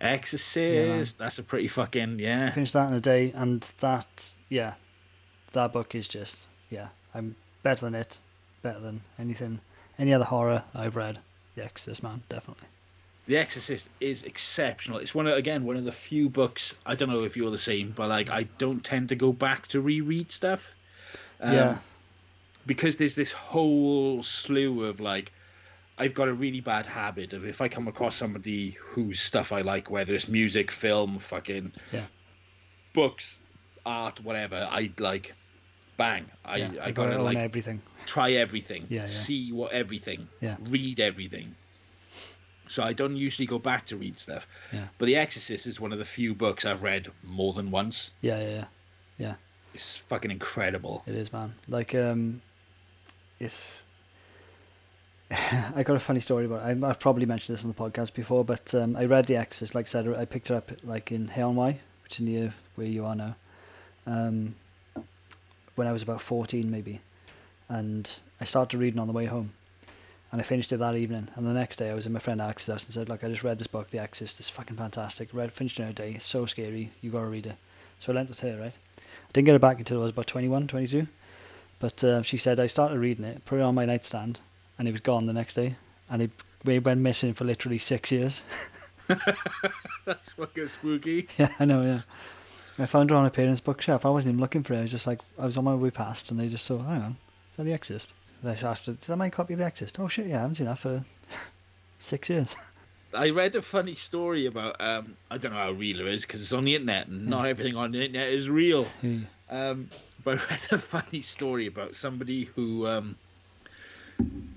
Exorcist. that's a pretty fucking yeah.
finished that in a day, and that, yeah, that book is just, yeah, I'm better than it, better than anything, any other horror I've read. The Exorcist, man, definitely.
The Exorcist is exceptional. It's one of, again one of the few books. I don't know if you're the same, but like I don't tend to go back to reread stuff. Um,
yeah,
because there's this whole slew of like I've got a really bad habit of if I come across somebody whose stuff I like, whether it's music, film, fucking
Yeah.
books, art, whatever, I like bang. I,
Yeah,
I
you
got to
own
like
everything.
try everything,
Yeah, yeah.
see what everything,
Yeah.
read everything. So I don't usually go back to read stuff.
Yeah.
But The Exorcist is one of the few books I've read more than once.
Yeah, yeah, yeah. Yeah,
It's fucking incredible.
it is, man. Like, um, it's. I got a funny story about it. I, I've probably mentioned this on the podcast before, but um, I read The Exorcist. Like I said, I picked it up like in Heilongwai, which is near where you are now, um, when I was about 14 maybe. And I started reading on the way home. And I finished it that evening. And the next day I was in my friend Alex's house and said, look, I just read this book, The Exorcist. It's fucking fantastic. Read, finished it in a day. It's so scary. you got to read it. So I lent it to her, right? I didn't get it back until I was about 21, 22. But uh, she said I started reading it, put it on my nightstand, and it was gone the next day. And it, it went missing for literally six years.
That's fucking spooky.
yeah, I know, yeah. I found her on a parents' bookshelf. I wasn't even looking for it. I was just like, I was on my way past, and I just thought, hang on, is that The Exorcist? And I just asked her, did I make a copy of The Exorcist? Oh, shit, yeah, I haven't seen that for six years.
I read a funny story about, um, I don't know how real it is because it's on the internet and not everything on the internet is real.
yeah,
Um, but I read a funny story about somebody who um,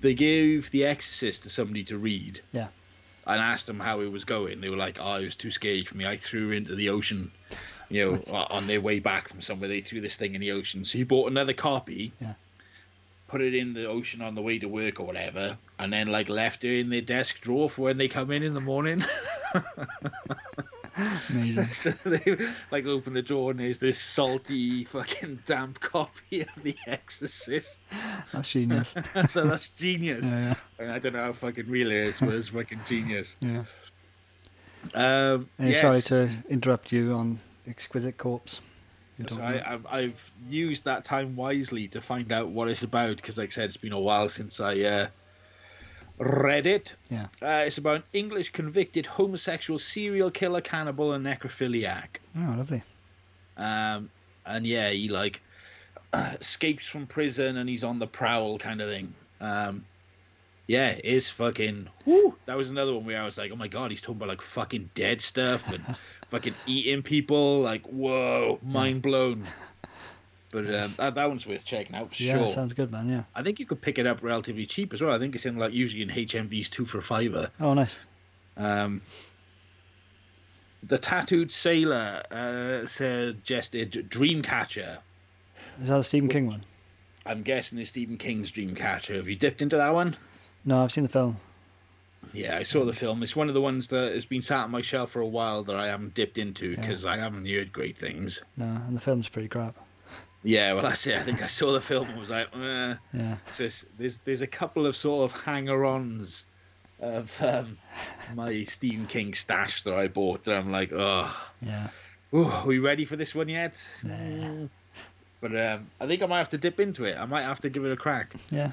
they gave The Exorcist to somebody to read.
Yeah.
And asked them how it was going. They were like, "Oh, it was too scary for me. I threw her into the ocean." You know, o- on their way back from somewhere, they threw this thing in the ocean. So he bought another copy.
Yeah.
Put it in the ocean on the way to work or whatever, and then like left it in their desk drawer for when they come in in the morning.
amazing.
so they like open the drawer and there's this salty fucking damp copy of The Exorcist.
That's genius. Yeah,
so that's genius.
yeah,
I, mean, I don't know how fucking real it is, but it's fucking genius.
yeah.
Um,
Hey,
yes.
Sorry to interrupt you on Exquisite Corpse. You're
So
talking about-
I, I've, I've used that time wisely to find out what it's about because, like I said, it's been a while since I uh, read it.
Yeah.
Uh, it's about an English convicted homosexual serial killer, cannibal, and necrophiliac.
Oh, lovely.
Um, and yeah, he like escapes from prison and he's on the prowl kind of thing. Um, yeah, it's fucking. Woo, that was another one where I was like, oh my god, he's talking about like fucking dead stuff and fucking eating people. Like, whoa, mind blown. But um, that, that one's worth checking out for
Yeah,
sure.
sounds good, man. Yeah.
I think you could pick it up relatively cheap as well. I think it's in like usually in HMVs two for a fiver.
Oh, nice.
Um, the tattooed sailor uh, suggested Dreamcatcher.
Is that the Stephen King one?
I'm guessing it's Stephen King's Dreamcatcher. Have you dipped into that one?
No, I've seen the film.
Yeah, I saw the film. It's one of the ones that has been sat on my shelf for a while that I haven't dipped into
Yeah.
because I haven't heard great things.
No, and the film's pretty crap.
Yeah, well, that's it. I think I saw the film and was like, eh.
Yeah.
So it's- there's there's a couple of sort of hanger-ons of um, my Stephen King stash that I bought that I'm like, oh,
Yeah.
Ooh, are we ready for this one yet?
Nah.
Mm. But um, I think I might have to dip into it. I might have to give it a crack.
Yeah.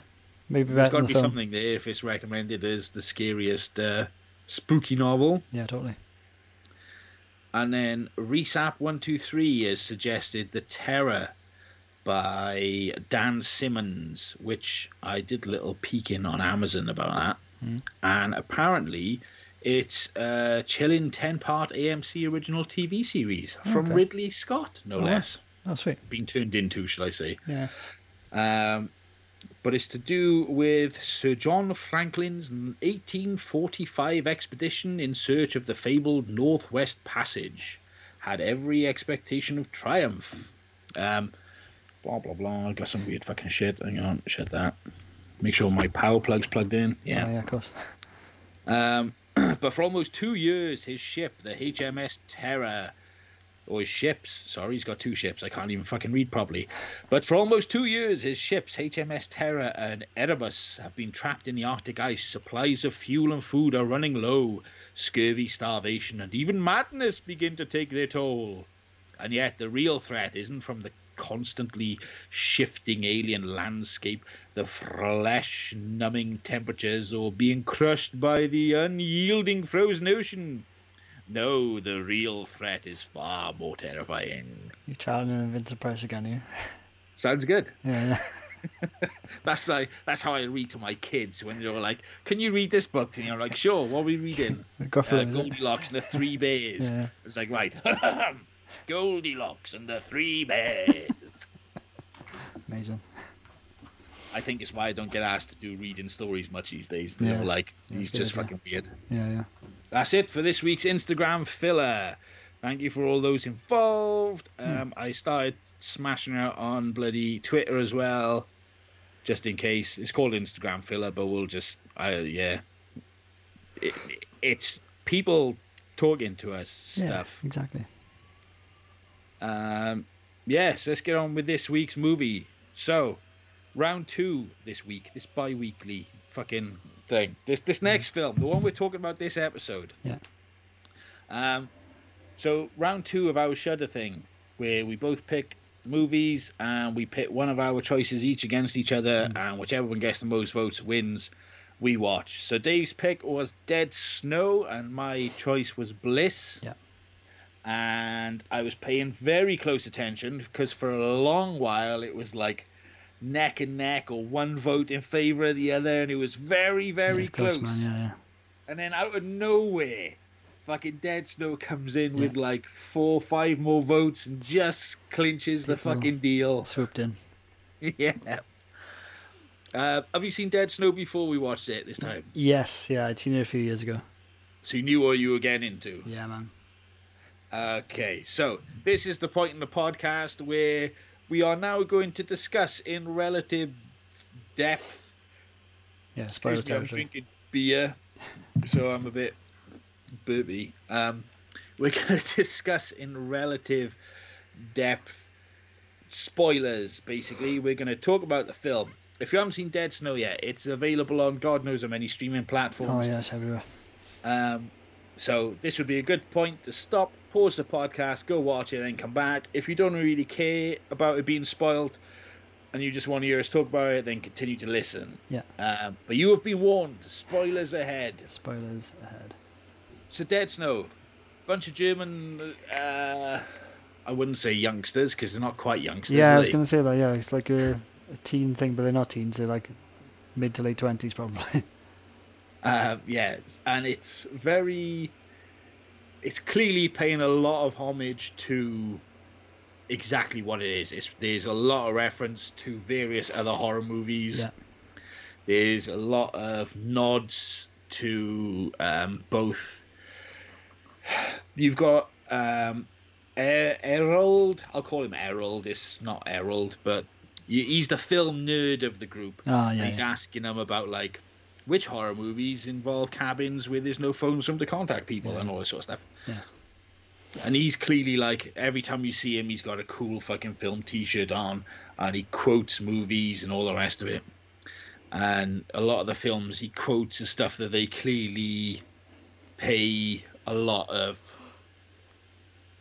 Maybe
There's
better
got
than the
to be
film.
something there if it's recommended as the scariest uh, spooky novel.
Yeah, totally.
And then Resap123 has suggested The Terror by Dan Simmons, which I did a little peek in on Amazon about that.
Mm.
And apparently it's a chilling 10 part AMC original TV series from
Okay.
Ridley Scott, no
Oh, wow.
less.
Oh, sweet.
Been turned into, shall I say.
Yeah.
Um, but it's to do with Sir John Franklin's 1845 expedition in search of the fabled Northwest Passage. Had every expectation of triumph. Um, blah, blah, blah. I got some weird fucking shit. Hang on, shut that. Make sure my power plug's plugged in.
Yeah.
Yeah.
Oh, yeah, of course.
Um, but for almost two years, his ship, the HMS Terror, or his ships, sorry, he's got two ships. I can't even fucking read properly. But for almost two years, his ships, HMS Terror and Erebus, have been trapped in the Arctic ice. Supplies of fuel and food are running low. Scurvy, starvation, and even madness begin to take their toll. And yet, the real threat isn't from the constantly shifting alien landscape, the flesh numbing temperatures, or being crushed by the unyielding frozen ocean. No, the real threat is far more terrifying.
You're challenging an Vincent Price again, you.
Sounds good.
Yeah, yeah.
That's like, that's how I read to my kids when they're like, "Can you read this book?" to me?" I'm like, "Sure." What are we reading?
Go for
uh,
it, is it?
Goldilocks and the Three Bears.
Yeah.
It's like right, Goldilocks and the Three Bears.
Amazing.
I think it's why I don't get asked to do reading stories much these days.
Yeah.
You know, like
Yeah,
he's
good
just
idea.
fucking weird.
Yeah, yeah.
That's it for this week's Instagram filler. Thank you for all those involved.
Hmm.
Um, I started smashing out on bloody Twitter as well, just in case. It's called Instagram filler, but we'll just, I yeah. It, it's people talking to us stuff.
Yeah, exactly.
Um, yes, let's get on with this week's movie. So, round two this week, this bi-weekly fucking thing. This this next film, the one we're talking about this episode.
Yeah.
Um, so round two of our Shudder thing, where we both pick movies and we pit one of our choices each against each other,
Mm.
and whichever one gets the most votes wins. We watch. So Dave's pick was Dead Snow, and my choice was Bliss and I was paying very close attention because for a long while it was like neck and neck or one vote in favor of the other and it was very very
Yeah, it's
close,
man. Yeah, yeah.
and then out of nowhere fucking dead snow comes in with like four five more votes and just clinches the
People-
fucking deal
Swooped in.
yeah uh, have you seen dead snow before we watched it this time
Yes, yeah, I'd seen it a few years ago.
so you knew what you were getting into
Yeah, man.
Okay, so this is the point in the podcast where we are now going to discuss in relative depth.
Yeah, spoiler
Excuse me, I'm
territory.
drinking beer, so I'm a bit burpy. Um, we're going to discuss in relative depth spoilers, basically. We're going to talk about the film. If you haven't seen Dead Snow yet, it's available on God knows how many streaming platforms.
Oh yeah, it's everywhere.
Um, so this would be a good point to stop, pause the podcast, go watch it, and come back. If you don't really care about it being spoiled, and you just want to hear us talk about it, then continue to listen.
Yeah.
Um, but you have been warned. Spoilers ahead.
Spoilers ahead.
So Dead Snow, bunch of German. Uh, I wouldn't say youngsters because they're not quite youngsters.
yeah,
are
I was
they?
gonna say that. Yeah, it's like a, a teen thing, but they're not teens. They're like mid to late twenties, probably.
Um, yeah, and it's very. It's clearly paying a lot of homage to exactly what it is. It's, there's a lot of reference to various other horror movies.
Yeah.
There's a lot of nods to um, both. You've got um, er- Errold. I'll call him Errold. It's not Errold, but he- he's the film nerd of the group.
Ah,
And
yeah,
he's
yeah.
asking them about like which horror movies involve cabins where there's no phones for them to contact people
Yeah.
and all this sort of stuff.
Yeah.
And he's clearly like every time you see him, he's got a cool fucking film T-shirt on, and he quotes movies and all the rest of it. And a lot of the films he quotes is stuff that they clearly pay a lot of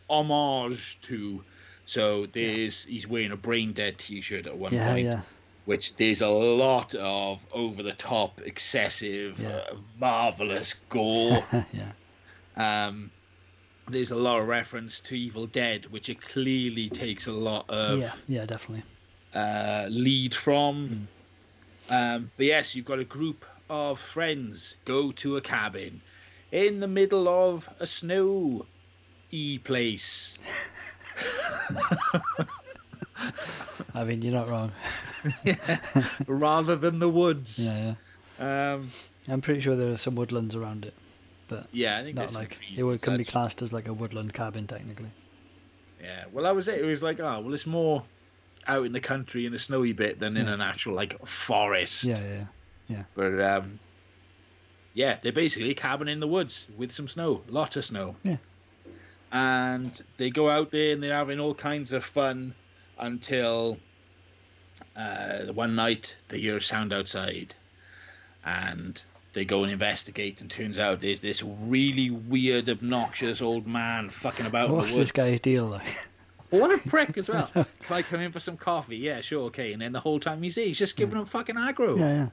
homage to. So there's he's wearing a brain dead T-shirt at one
Yeah,
point
yeah,
which there's a lot of over the top, excessive,
Yeah.
uh, marvelous gore.
yeah.
um, there's a lot of reference to Evil Dead, which it clearly takes a lot of
Yeah, yeah, definitely.
uh, lead from.
Hmm.
Um, but yes, you've got a group of friends go to a cabin in the middle of a snow e place.
I mean, you're not wrong.
rather than the woods
Yeah, yeah.
um
I'm pretty sure there are some woodlands around it, but
yeah i think
not
there's some
like
trees
it would,
and
can be
such.
classed as like a woodland cabin technically.
Yeah, well, that was it. It was like, oh, well, it's more out in the country in a snowy bit than in
Yeah.
an actual like forest.
Yeah, yeah, yeah.
But um, yeah, they're basically a cabin in the woods with some snow, lots of snow.
Yeah.
And they go out there and they're having all kinds of fun until uh, one night they hear a sound outside, and they go and investigate. And turns out there's this really weird, obnoxious old man fucking about in the
What's this
woods.
guy's deal like?
Well, What a prick as well. Can I come in for some coffee? Yeah, sure, okay. And then the whole time he's there, he's just giving him fucking aggro.
yeah, yeah.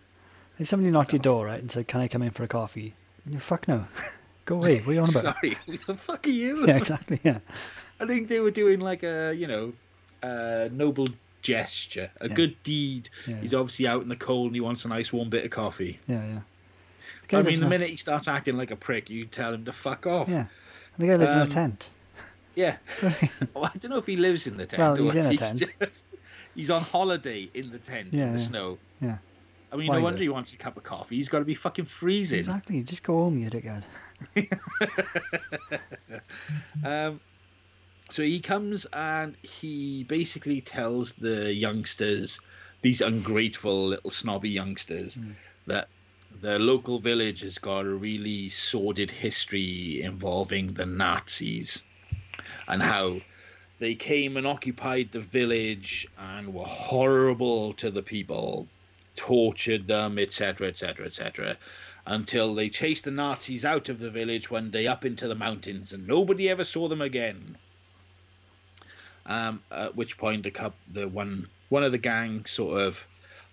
If somebody knocked your door right and said, "Can I come in for a coffee?" You, Fuck no. Go away. What are you on about?
Sorry, who the fuck are you?
yeah, exactly. Yeah.
I think they were doing like a, you know, a noble gesture, a
Yeah.
good deed.
Yeah.
He's obviously out in the cold and he wants a nice warm bit of coffee.
Yeah, yeah. The guy
I
lives
mean, the
in a-
minute he starts acting like a prick, you tell him to fuck off.
Yeah, and the guy lives in a
Um,
tent.
Yeah. well, I don't know if he lives in the tent.
Well,
or
he's in a
he's
tent.
Just, he's on holiday in the tent
Yeah,
in the
yeah.
snow.
Yeah.
I mean,
Why
no
would-
wonder he wants a cup of coffee. He's got to be fucking freezing.
Exactly. Just go home, you dickhead.
Um, so he comes and he basically tells the youngsters, these ungrateful little snobby youngsters, that the local village has got a really sordid history involving the Nazis and how they came and occupied the village and were horrible to the people, tortured them, etc., etc., etc., until they chased the Nazis out of the village one day up into the mountains and nobody ever saw them again. Um, at which point, the, cup, the one one of the gang sort of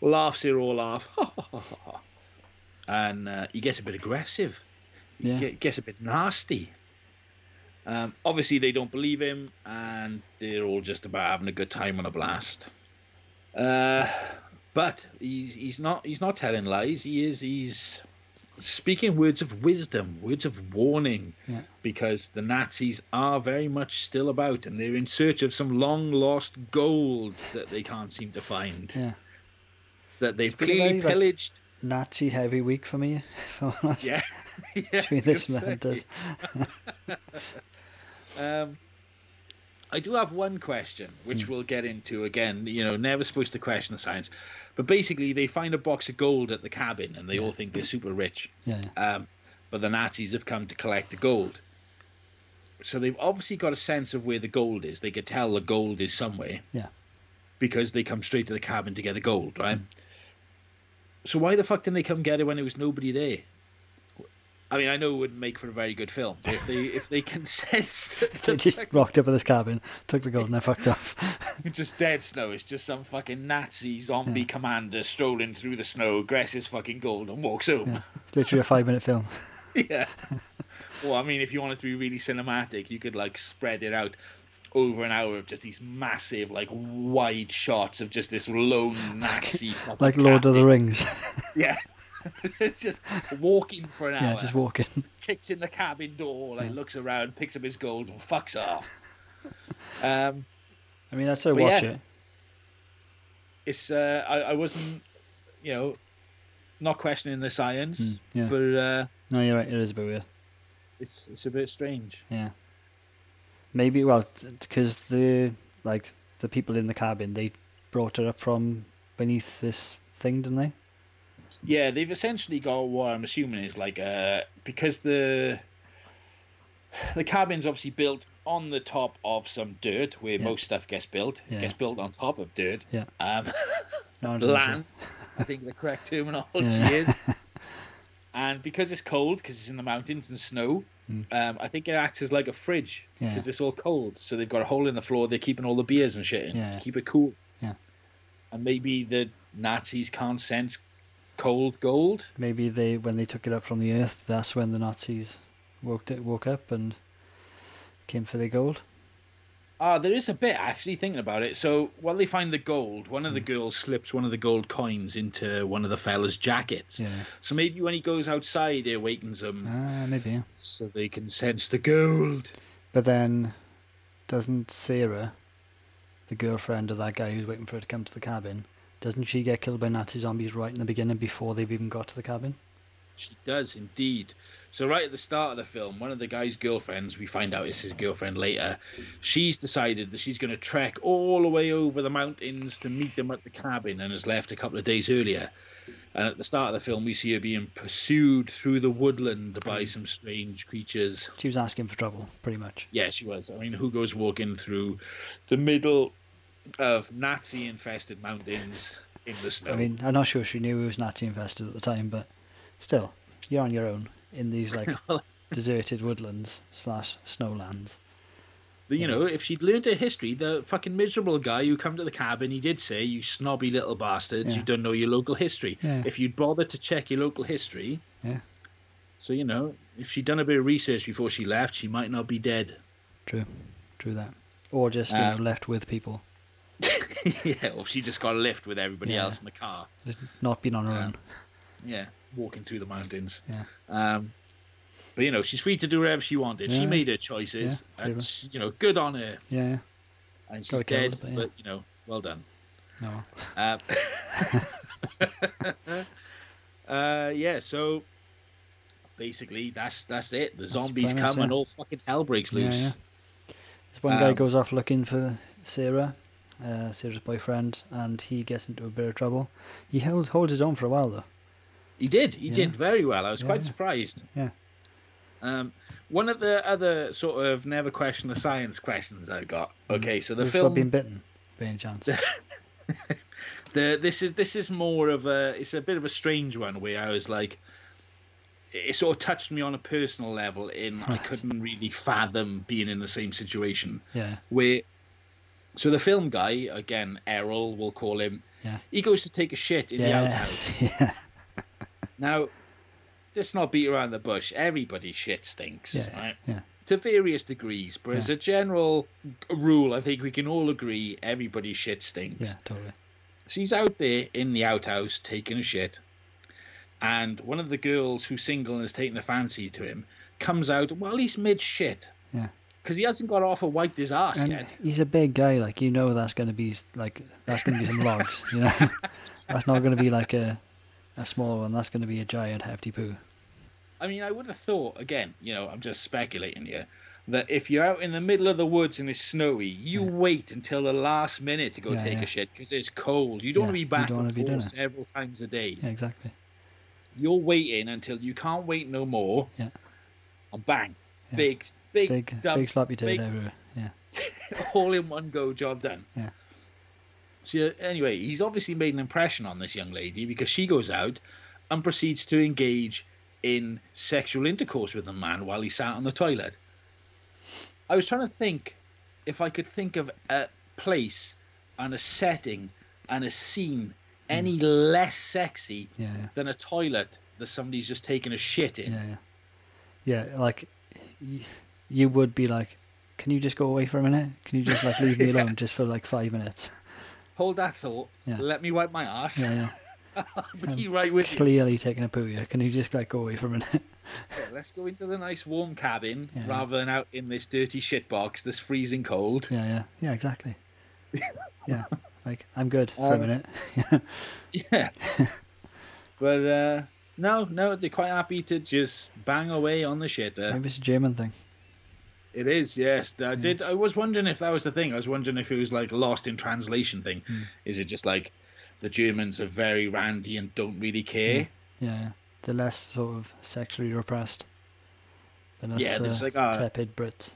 laughs here all laugh, and uh, he gets a bit aggressive
Yeah.
get, gets a bit nasty. Um, obviously, they don't believe him, and they're all just about having a good time on a blast. Uh, but he's he's not he's not telling lies. He is he's speaking words of wisdom, words of warning,
Yeah.
because the Nazis are very much still about, and they're in search of some long lost gold that they can't seem to find.
Yeah.
That they've
It's been a
clearly
very, like,
pillaged.
Nazi heavy week for me, if I'm honest.
Yeah, yeah I
Between
was gonna
this man
say.
does.
Um, I do have one question, which we'll get into again. You know, never supposed to question the science, but basically, they find a box of gold at the cabin, and they all think they're super rich.
Yeah.
Um, but the Nazis have come to collect the gold, so they've obviously got a sense of where the gold is. They could tell the gold is somewhere.
Yeah.
Because they come straight to the cabin to get the gold, right? So why the fuck didn't they come get it when there was nobody there? I mean, I know it wouldn't make for a very good film but if they if they can sense that
They
the
just
fucking-
rocked up at this cabin, took the gold, and they fucked off.
just dead snow. It's just some fucking Nazi zombie commander strolling through the snow, gresses fucking gold, and walks home.
It's literally a five minute film.
Yeah. well, I mean, if you wanted to be really cinematic, you could like spread it out over an hour of just these massive, like wide shots of just this lone Nazi, fucking
Like Lord of the
captain.
Rings.
Yeah. just walking for an hour,
yeah, just walking.
kicks in the cabin door, like looks around, picks up his gold, and fucks off. Um,
I mean, I'd say
But
watch
yeah.
it.
it's uh, I, I wasn't you know not questioning the science
Mm, yeah.
but uh,
No, you're right. It is a bit weird.
it's it's a bit strange
Yeah. Maybe well, because the like the people in the cabin they brought it up from beneath this thing, didn't they?
yeah they've essentially got what i'm assuming is like uh because the the cabin's obviously built on the top of some dirt where
Yeah.
most stuff gets built It
Yeah.
gets built on top of dirt
Yeah.
um
No, I don't think so.
land i think the correct terminology
Yeah.
is and because it's cold because it's in the mountains and snow
Mm.
um, i think it acts as like a fridge
Yeah.
because it's all cold. So they've got a hole in the floor. They're keeping all the beers and shit in
Yeah.
to keep it cool.
Yeah.
And maybe the Nazis can't sense cold gold.
Maybe they when they took it up from the earth, that's when the Nazis woke it woke up and came for their gold.
Ah, there is a bit actually thinking about it. So while they find the gold, one
Hmm.
of the girls slips one of the gold coins into one of the fella's jackets.
Yeah.
So maybe when he goes outside, it awakens them
Ah, maybe. Yeah.
so they can sense the gold.
But then, doesn't Sarah, the girlfriend of that guy who's waiting for her to come to the cabin, doesn't she get killed by Nazi zombies right in the beginning before they've even got to the cabin?
She does indeed. So right at the start of the film, one of the guy's girlfriends, we find out it's his girlfriend later, she's decided that she's going to trek all the way over the mountains to meet them at the cabin and has left a couple of days earlier. And at the start of the film, we see her being pursued through the woodland by some strange creatures.
She was asking for trouble, pretty much.
Yeah, she was. I mean, who goes walking through the middle of Nazi infested mountains in the snow?
I mean, I'm not sure she knew it was Nazi infested at the time, but still, you're on your own in these like deserted woodlands slash snowlands.
You know, if she'd learned her history, the fucking miserable guy who come to the cabin, he did say, "You snobby little bastards,
Yeah.
you don't know your local history."
Yeah.
If you'd bothered to check your local history,
Yeah,
so you know, if she'd done a bit of research before she left, she might not be dead.
true, true that. Or just you know,
Um,
left with people,
yeah, or she just got a lift with everybody
Yeah.
else in the car.
not being on her
Yeah.
own.
Yeah, walking through the mountains.
Yeah.
Um, But you know, she's free to do whatever she wanted. She
Yeah.
made her choices,
Yeah,
and
fair.
she, you know, good on her.
Yeah, yeah.
And she's
Gotta kill
dead,
us,
but,
but yeah.
you know, well done.
No.
Um, uh, yeah, so basically, that's that's it. The
the
zombies
premise,
come, and
yeah.
all fucking hell breaks
Yeah,
loose.
yeah. This one guy
Um,
goes off looking for Sarah, uh, Sarah's boyfriend, and he gets into a bit of trouble. He held holds his own for a while though.
He did. He
Yeah.
did very well. I was
Yeah,
quite
yeah.
surprised.
Yeah.
Um, one of the other sort of never question the science questions I got.
Mm.
Okay, so the
He's got
film
being bitten, by any chance.
the this is this is more of a it's a bit of a strange one where I was like it sort of touched me on a personal level in I
Right.
couldn't really fathom being in the same situation
yeah,
where so the film guy again Errol we'll call him
Yeah.
he goes to take a shit in the
yeah,
outhouse
yeah,
now let's not beat around the bush everybody shit stinks
yeah,
right
yeah,
to various degrees but as a general rule I think we can all agree everybody shit stinks
yeah, totally.
She's out there in the outhouse taking a shit, and one of the girls who's single and has taken a fancy to him comes out while he's mid shit.
Yeah.
Because he hasn't got off or wiped his ass
And
yet.
he's a big guy, like you know that's gonna be like that's gonna be some logs, you know. that's not gonna be like a a small one, that's gonna be a giant hefty poo.
I mean, I would have thought, again, you know, I'm just speculating here, that if you're out in the middle of the woods and it's snowy, you wait until the last minute to go
Yeah,
take
yeah.
a shit because it's cold. You don't
Yeah,
want to be
you
back
don't
and
wanna be doing
forth
it.
several times a day.
Yeah, exactly.
You're waiting until you can't wait no more.
Yeah.
And bang,
Yeah.
big, big,
Big
dump,
big sloppy turd
big-
everywhere. Yeah.
all in one go, job done.
Yeah.
So anyway, he's obviously made an impression on this young lady because she goes out and proceeds to engage in sexual intercourse with the man while he sat on the toilet. I was trying to think if I could think of a place and a setting and a scene any
Hmm.
less sexy
Yeah, yeah.
than a toilet that somebody's just taking a shit in.
Yeah, yeah, yeah. Like y- you would be like, can you just go away for a minute? Can you just like leave me alone just for like five minutes?
Hold that thought.
Yeah.
Let me wipe my ass.
Yeah, um, yeah.
I'll be right with you.
Clearly taking a poo. Yeah, can you just like go away for a minute?
Yeah, let's go into the nice warm cabin
Yeah.
rather than out in this dirty shit box that's freezing cold.
Yeah, yeah, yeah. Exactly. Yeah, like I'm good for a
Um,
minute.
Yeah. but uh, no, no, they're quite happy to just bang away on the shitter.
Maybe it's a German thing.
It is, yes. I did. I was wondering if that was the thing. I was wondering if it was like lost in translation thing. Is it just like the Germans are very randy and don't really care?
Yeah, yeah. they're less sort of sexually repressed than us
Yeah,
uh,
there's like a-
tepid Brits.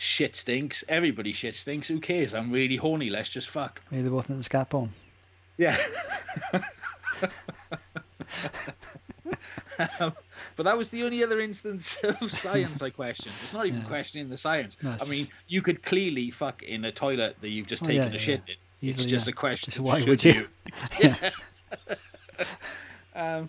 Shit stinks. Everybody shit stinks. Who cares? I'm really horny. Let's just fuck.
Maybe they're both in the scat bomb.
Yeah. Um, but that was the only other instance of science I questioned. It's not even
Yeah.
questioning the science.
No,
I
it's
mean,
just-
you could clearly fuck in a toilet that you've just
Oh,
taken
yeah,
a
yeah,
shit
yeah.
in. It's
Easily,
just
yeah.
a question.
Just
of
why
should
would you?
you? um,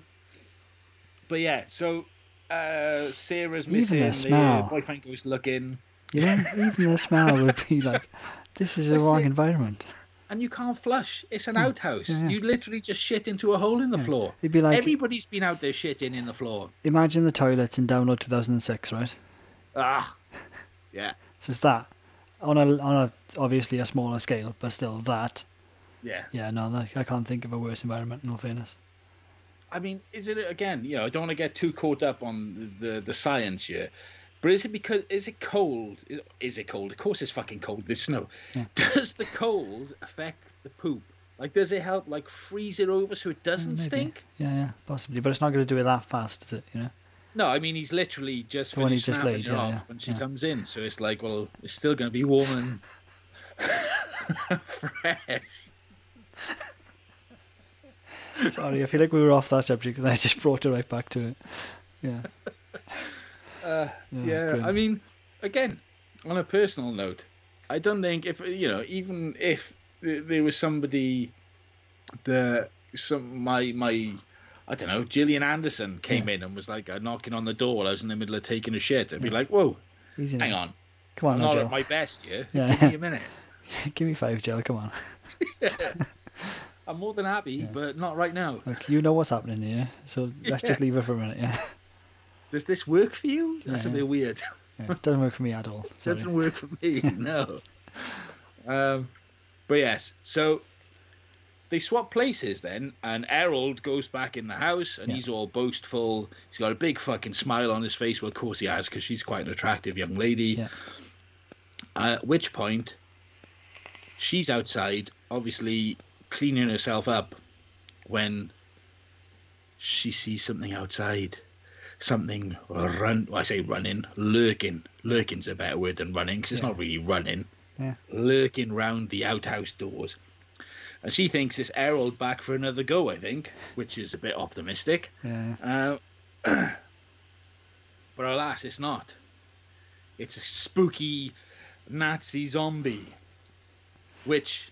but yeah, so uh, Sarah's
Even
missing.
the
The
smell.
boyfriend goes looking,
You know, even the smell would be like, this is the
That's
wrong
it.
environment.
and you can't flush. It's an outhouse.
yeah, yeah.
You literally just shit into a hole in the floor.
It'd be like
Everybody's been out there shitting in the floor.
imagine the toilets in Download 2006, right?
Ah, yeah,
So it's that on a on a obviously a smaller scale, but still that.
yeah.
Yeah, no, that, I can't think of a worse environment. In all fairness,
I mean, is it again? You know, I don't want to get too caught up on the the, the science here, but is it because is it cold? Is- Is it cold? Of course, it's fucking cold. There's snow. Does the cold affect the poop? Like, does it help? Like, freeze it over so it doesn't
Maybe.
stink?
Yeah, yeah, possibly, but it's not going to do it that fast, is it? You know,
No, I mean he's literally just
The one
finished
he's just
snapping
laid,
it
yeah,
off
yeah,
when she
yeah.
comes in, so it's like, well, it's still going to be warm and fresh.
sorry, I feel like we were off that subject, and I just brought it right back to it. Yeah,
Uh, yeah,
grim.
I mean, again, on a personal note, I don't think if you know, even if th- there was somebody that some my my I don't know, Gillian Anderson came in and was like uh, knocking on the door while I was in the middle of taking a shit, I'd be like, whoa,
easy.
hang
enough.
on,
come on,
I'm
now,
not
Joel.
at my best, yeah.
Yeah.
Give me a minute.
give me five, Jill. Come on,
I'm more than happy, but not right now.
look, you know what's happening here, so let's just leave it for a minute. Yeah,
does this work for you? That's a bit weird.
Yeah, it doesn't work for me at all. sorry.
doesn't work for me. No. um, but yes, so they swap places then, and Harold goes back in the house, and
Yeah.
he's all boastful. He's got a big fucking smile on his face. Well, of course he has, because she's quite an attractive young lady.
Yeah.
At which point, she's outside, obviously cleaning herself up, when she sees something outside. Something run. Well, I say running, lurking. Lurking's a better word than running, because it's not really running.
Yeah.
Lurking round the outhouse doors. And she thinks it's Errol back for another go, I think, which is a bit optimistic.
Yeah.
Uh, but alas, it's not. It's a spooky Nazi zombie, which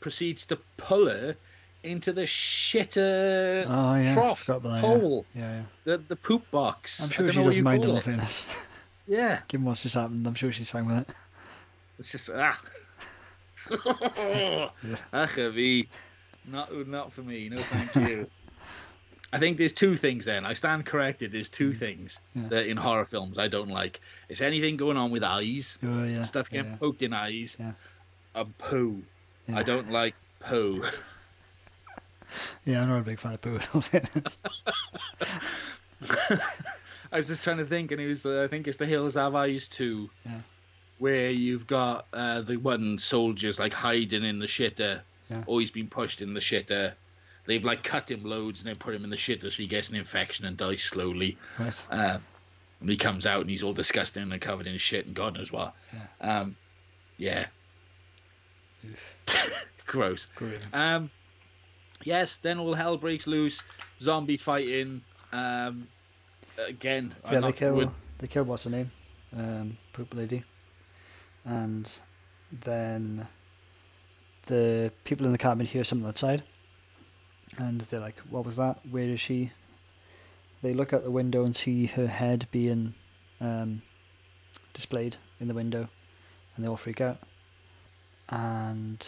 proceeds to pull her into the shitter
Oh yeah.
trough
forgot about that, yeah.
hole,
Yeah. yeah.
the the poop box.
I'm
I
sure
don't
she
know what
doesn't
you
mind
call
all
it.
fairness.
Yeah,
Given what's just happened, I'm sure she's fine with it.
it's just ah. Ach, Avi. not not for me. No, thank you. I think there's two things. Then I stand corrected. There's two things
Mm. Yeah.
that in horror films I don't like. It's anything going on with eyes,
Oh yeah.
stuff
yeah,
getting poked in eyes,
Yeah.
and poo. I
Yeah.
don't like poo.
Yeah, I'm not a big fan of poo in all fairness.
I was just trying to think, and it was uh, I think it's The Hills Have Eyes too,
Yeah.
where you've got uh, the one soldiers like hiding in the shitter,
Yeah.
or he's been pushed in the shitter. They've like cut him loads and then put him in the shitter, so he gets an infection and dies slowly.
Right.
Uh, and he comes out and he's all disgusting and covered in shit and God knows what. Yeah. Um, yeah. Gross.
Grim.
Um, yes, then all hell breaks loose. Zombie fighting. Um, again, I'm
Yeah, they
not-
kill
would-
they kill what's her name, um, poop lady, and then the people in the cabin hear something outside, and they're like, "What was that? Where is she?" They look out the window and see her head being um, displayed in the window, and they all freak out. And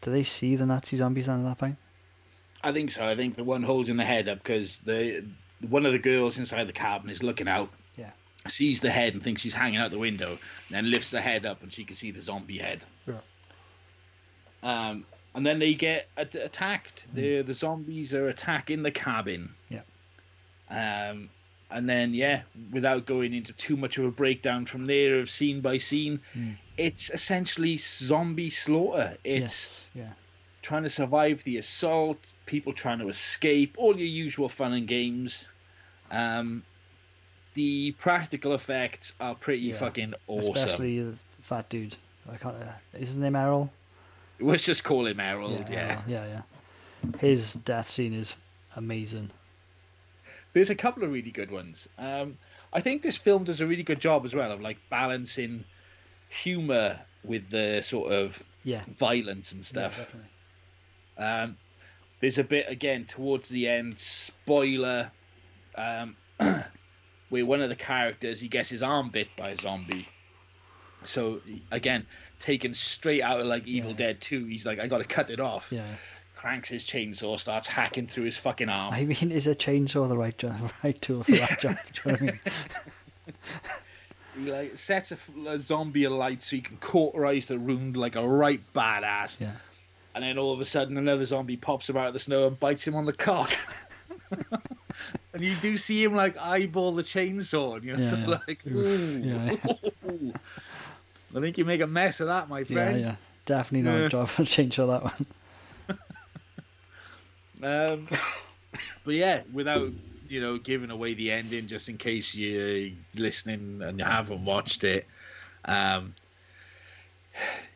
do they see the Nazi zombies then at that point?
I think so. I think the one holding the head up because the one of the girls inside the cabin is looking out,
Yeah.
sees the head and thinks she's hanging out the window, then lifts the head up and she can see the zombie head.
Yeah.
Um, and then they get at- attacked. The the zombies are attacking the cabin.
Mm. Yeah.
Um, and then yeah, without going into too much of a breakdown from there of scene by scene,
Mm.
it's essentially zombie slaughter. It's
yes. Yeah.
trying to survive the assault, people trying to escape, all your usual fun and games. Um, the practical effects are pretty
Yeah.
fucking awesome.
Especially the fat dude. I can't. Uh, is his name Errol?
Let's just call him Harold. Yeah,
yeah, yeah, yeah. His death scene is amazing.
There's a couple of really good ones. Um, I think this film does a really good job as well of like balancing humor with the sort of
Yeah,
violence and stuff. Um, there's a bit again towards the end, spoiler, um, where one of the characters he gets his arm bit by a zombie. So again, taken straight out of like Evil
Yeah.
Dead Two, he's like, I got to cut it off.
yeah.
Cranks his chainsaw, starts hacking through his fucking arm.
I mean, is a chainsaw the right job, right tool for that job? Do you know what I mean?
He like sets a, f- a zombie alight so he can cauterize the wound like a right badass.
Yeah,
And then all of a sudden, another zombie pops him out of the snow and bites him on the cock. and you do see him like eyeball the chainsaw, and you're
Yeah,
sort of
yeah.
like, ooh.
Oof, yeah,
I think you make a mess of that, my
yeah,
friend.
yeah. Definitely not
Yeah.
a job for a chainsaw. That one.
Um, but yeah, without you know giving away the ending, just in case you're listening and you haven't watched it, um,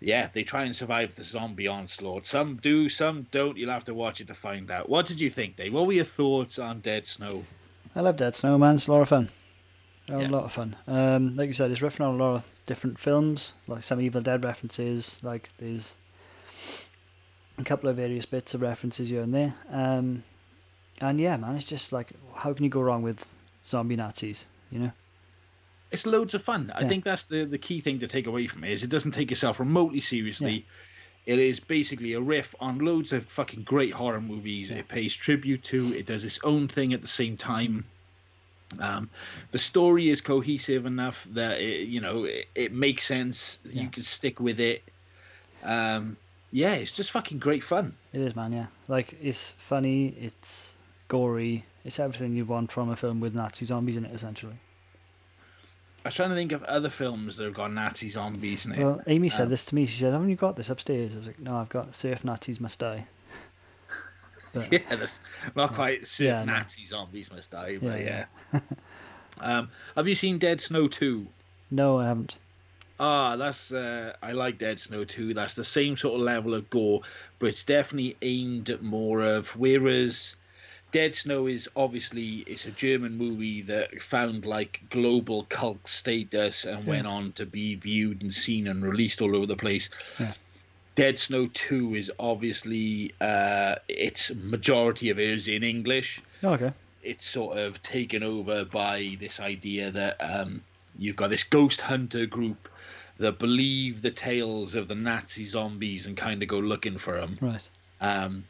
yeah, they try and survive the zombie onslaught. Some do, some don't. You'll have to watch it to find out. What did you think, Dave? What were your thoughts on Dead Snow?
I love Dead Snow, man. It's a lot of fun. A
Yeah.
lot of fun. Um, like you said, it's riffing on a lot of different films, like some Evil Dead references. Like there's a couple of various bits of references here and there. Um, and yeah, man, it's just like, how can you go wrong with zombie Nazis? You know?
It's loads of fun. I
Yeah.
think that's the the key thing to take away from it is it doesn't take itself remotely seriously. It is basically a riff on loads of fucking great horror movies. It pays tribute to. It does its own thing at the same time. Um, the story is cohesive enough that it, you know it, it makes sense.
Yeah.
You can stick with it. Um, yeah, it's just fucking great fun.
It is, man. Yeah, like it's funny, it's gory, it's everything you want from a film with Nazi zombies in it, essentially.
I was trying to think of other films that have got Nazi zombies in it.
Well, Amy said
Um,
this to me. She said, "Haven't you got this upstairs?" I was like, "No, I've got Surf Nazis Must Die." but, uh,
yeah, that's not quite surf
Yeah, no.
Nazi zombies must die, but yeah.
Yeah,
um, have you seen Dead Snow Two?
No, I haven't.
Ah, that's uh, I like Dead Snow too. That's the same sort of level of gore, but it's definitely aimed at more of. Whereas Dead Snow is obviously it's a German movie that found like global cult status and went on to be viewed and seen and released all over the place.
Yeah.
Dead Snow Two is obviously uh, its majority of it is in English
Oh, okay.
it's sort of taken over by this idea that um, you've got this ghost hunter group that believe the tales of the Nazi zombies and kind of go looking for them.
Right.
Um,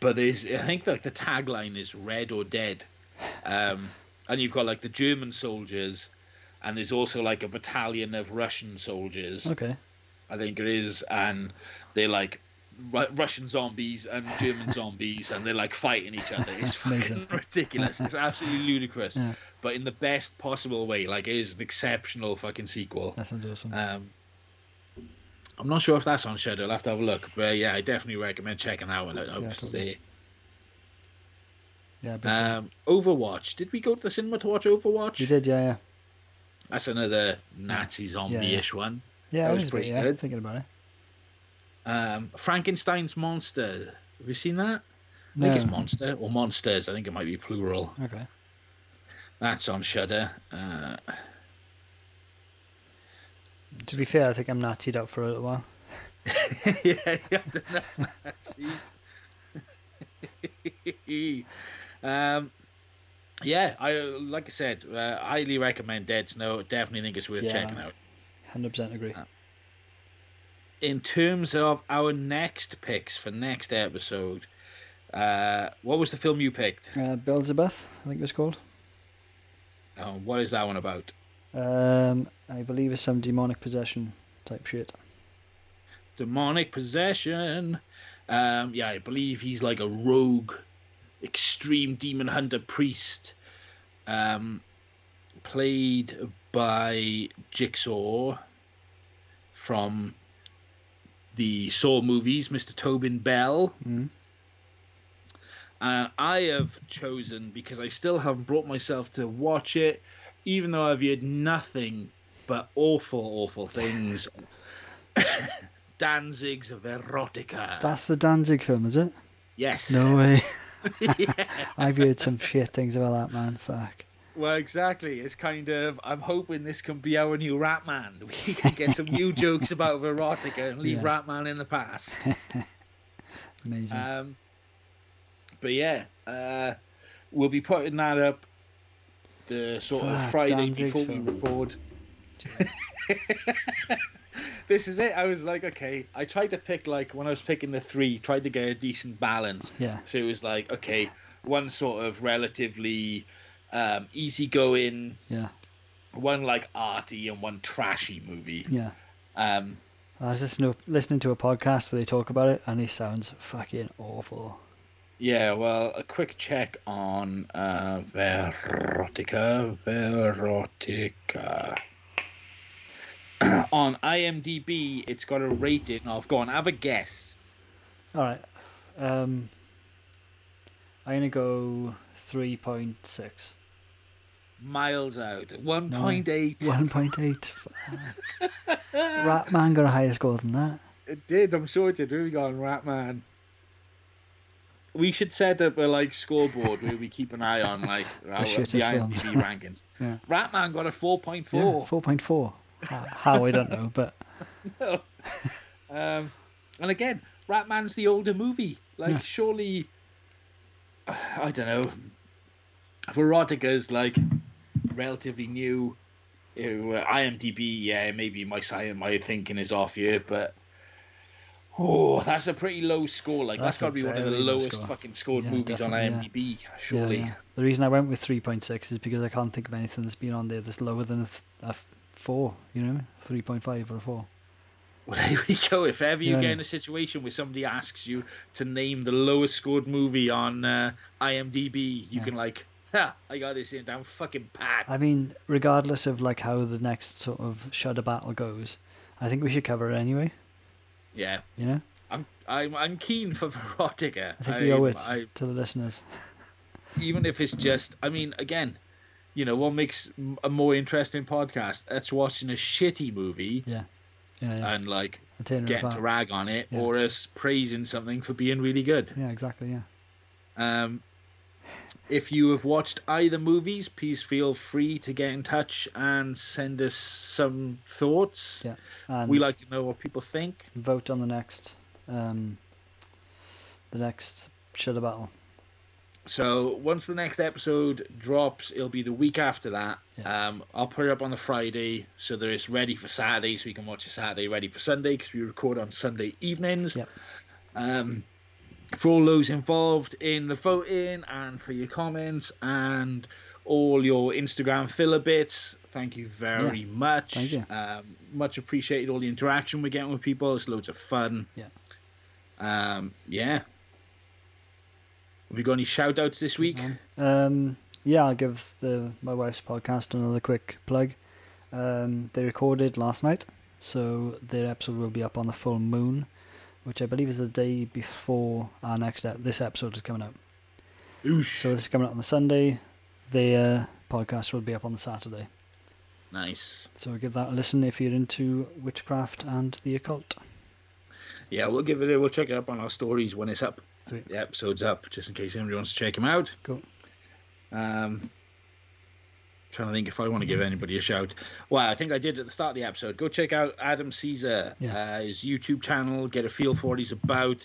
but there's, I think like the tagline is "Red or Dead," um, and you've got like the German soldiers, and there's also like a battalion of Russian soldiers.
Okay.
I think it is, and they're like Ru- Russian zombies and German zombies, and they're like fighting each other. It's
Amazing.
fucking ridiculous. It's absolutely ludicrous,
Yeah.
but in the best possible way. Like it is an exceptional fucking sequel.
That sounds awesome.
Um, I'm not sure if that's on schedule. I'll have to have a look. But yeah, I definitely recommend checking that one out.
Yeah,
obviously.
yeah, but
Um, Overwatch. Did we go to the cinema to watch Overwatch?
you did. Yeah, yeah.
That's another Nazi zombie-ish one.
Yeah,
That
I
was
was
pretty
yeah,
good.
thinking about it.
Um, Frankenstein's monster. Have you seen that? I think it's monster or monsters. I think it might be plural.
Okay.
That's on Shudder. Uh,
To be fair, I think I'm nazied out for a little while.
yeah, I don't know. Jeez. um, yeah, I like I said, uh, highly recommend Dead Snow. Definitely think it's worth
Yeah.
checking out.
Hundred percent agree.
Uh. In terms of our next picks for next episode, uh, what was the film you picked?
Uh, Beelzebub, I think it was called.
Uh, what is that one about?
Um, I believe it's some demonic possession type shit.
demonic possession. Um, yeah, I believe he's like a rogue, extreme demon hunter priest, um, played by Jigsaw from the Saw movies, Mr. Tobin Bell.
Mm.
And I have chosen because I still haven't brought myself to watch it, even though I've heard nothing but awful, awful things. Danzig's Verotica.
That's the Danzig film, is it?
yes.
No way. I've heard some shit things about that man. Fuck.
Well, exactly. It's kind of. I'm hoping this can be our new Ratman. We can get some new jokes about Verotica and leave
Yeah.
Ratman in the past.
Amazing.
Um, but yeah, uh, we'll be putting that up the sort of
Fuck,
Friday
Danzig's
before
film.
we record. this is it. I was like, okay. I tried to pick like when I was picking the three, tried to get a decent balance.
yeah.
So it was like, okay, one sort of relatively um, easygoing,
Yeah.
one like arty, and one trashy movie.
Yeah.
Um,
I was listening to, listening to a podcast where they talk about it, and it sounds fucking awful.
Yeah, well, a quick check on uh, Verotica. Verotica. on IMDb, it's got a rating of. Go on, have a guess.
All right. Um, I'm gonna go three point six.
Miles out. 1.8.
One point eight. Ratman got a higher score than that.
It did, I'm sure it did. Where we go on, Ratman? We should set up a like scoreboard where we keep an eye on like our, the
shittiest films.
IMDb rankings.
Yeah.
Ratman got a 4.4.
Yeah, four point four. How I don't know, but
Um, and again, Ratman's the older movie. Like,
Yeah.
surely, I don't know. Veronica's like relatively new. uh, Ew, IMDb, yeah, maybe my sci- my thinking is off here, but Oh, that's a pretty low score. Like
That's
that's
a
got to be one of the
very low
lowest
score.
fucking scored
Yeah,
movies on
definitely,
IMDb, surely.
Yeah, yeah. The reason I went with 3.6 is because I can't think of anything that's been on there that's lower than a, th- a f- 4, you know? 3.5 or a 4.
Well, there we go. If ever you
Yeah.
get in a situation where somebody asks you to name the lowest scored movie on uh, IMDb, you
Yeah.
can like, ha, I got this in down fucking pat.
I mean, regardless of like how the next sort of Shudder battle goes, I think we should cover it anyway,
yeah,
you know?
I'm I'm I'm keen for Verotica.
I think we owe it
I-
to the listeners.
even if it's just, I mean, again, you know, what makes m- a more interesting podcast? That's watching a shitty movie
Yeah. Yeah, yeah.
and like
And turn it
getting
apart.
to rag on it,
Yeah.
or us praising something for being really good.
Yeah, exactly, yeah.
Um, if you have watched either movies, please feel free to get in touch and send us some thoughts.
Yeah. And
We like to know what people think.
vote on the next um the next Shudder battle.
So once the next episode drops, it'll be the week after that.
Yeah.
Um, I'll put it up on the Friday so that it's ready for Saturday, so you can watch it Saturday, ready for Sunday, because we record on Sunday evenings.
Yep.
Um, for all those involved in the voting and for your comments and all your Instagram filler bits, thank you very much.
thank you.
Um, much appreciated all the interaction we're getting with people. It's loads of fun.
Yeah.
Um, yeah. Have you got any shout outs this week?
Um, yeah, I'll give the my wife's podcast another quick plug. Um, they recorded last night, so their episode will be up on the full moon, which I believe is the day before our next ep- this episode is coming out.
Oosh.
So this is coming out on the Sunday. Their podcast will be up on the Saturday.
Nice.
So give that a listen if you're into witchcraft and the occult.
Yeah, we'll give it. We'll check it up on our stories when it's up.
Sweet.
The episode's up, just in case anybody wants to check them out.
Cool.
Um, trying to think if I want to
Mm-hmm.
give anybody a shout. Well, I think I did at the start of the episode. Go check out Adam Caesar,
Yeah.
uh, his YouTube channel. Get a feel for what he's about.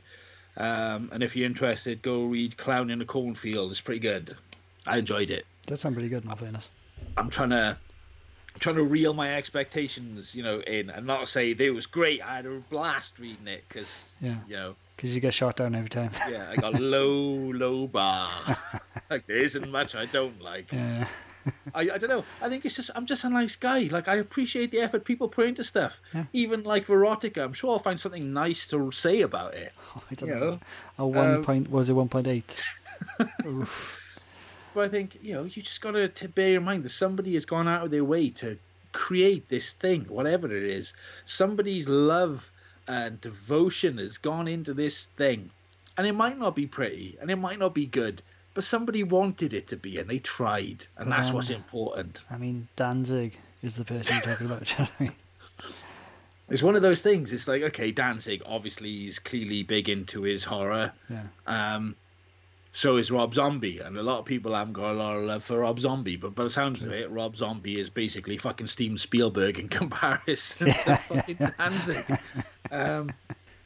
Um, and if you're interested, go read "Clown in a Cornfield." It's pretty good. I enjoyed it.
That sounds pretty good, in all fairness.
I'm trying to trying to reel my expectations, you know, in and not say they was great. I had a blast reading it because
Yeah.
you know,
Because you get shot down every time.
yeah, I got a low, low bar. like there isn't much I don't like.
yeah.
I, I don't know. I think it's just I'm just a nice guy. Like I appreciate the effort people put into stuff.
Yeah.
Even like Verotica, I'm sure I'll find something nice to say about it.
I don't
You
know.
know,
A one
um,
point, what is it, 1.8? Oof.
But I think you know you just got to bear in mind that somebody has gone out of their way to create this thing, whatever it is. Somebody's love and devotion has gone into this thing, and it might not be pretty, and it might not be good, but somebody wanted it to be, and they tried, and that's what's
Um,
important.
I mean, Danzig is the person you're talking about. do you know what I mean?
It's one of those things. It's like okay, Danzig obviously he's clearly big into his horror.
Yeah,
Um, so is Rob Zombie, and a lot of people haven't got a lot of love for Rob Zombie. But by the sounds of it, Rob Zombie is basically fucking Steven Spielberg in comparison to fucking Danzig. Um,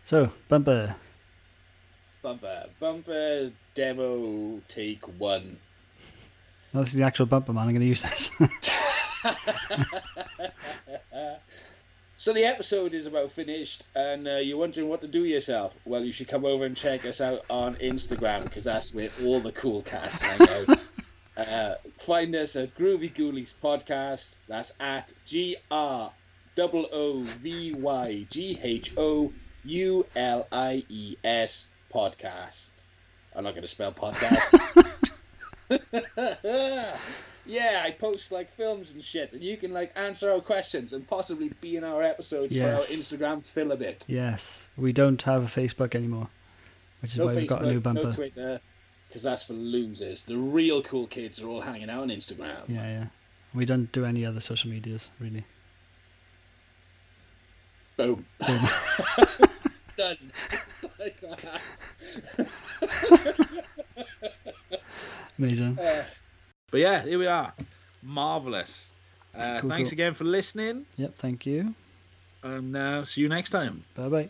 So bumper.
bumper, bumper, demo, take one.
No, This is the actual bumper man. I'm going to use this.
So the episode is about finished, and uh, you're wondering what to do yourself. Well, you should come over and check us out on Instagram because that's where all the cool casts hang out. uh, find us at Groovy Ghoulies Podcast. That's at G R O O V Y G H O U L I E S Podcast. I'm not going to spell podcast. yeah, I post like films and shit, and you can like answer our questions and possibly be in our episodes
Yes.
for our Instagram fill a bit.
yes, we don't have a Facebook anymore, which is
No
why we've got a new
Facebook,
bumper.
no Twitter, because that's for losers. The real cool kids are all hanging out on Instagram.
yeah, yeah. We don't do any other social medias really.
Boom. Done. It's like that.
Amazing.
Uh, But yeah, here we are. Marvelous. Uh,
Cool,
thanks
cool.
again for listening,
Yep. Thank you.
and uh, see you next time.
Bye bye.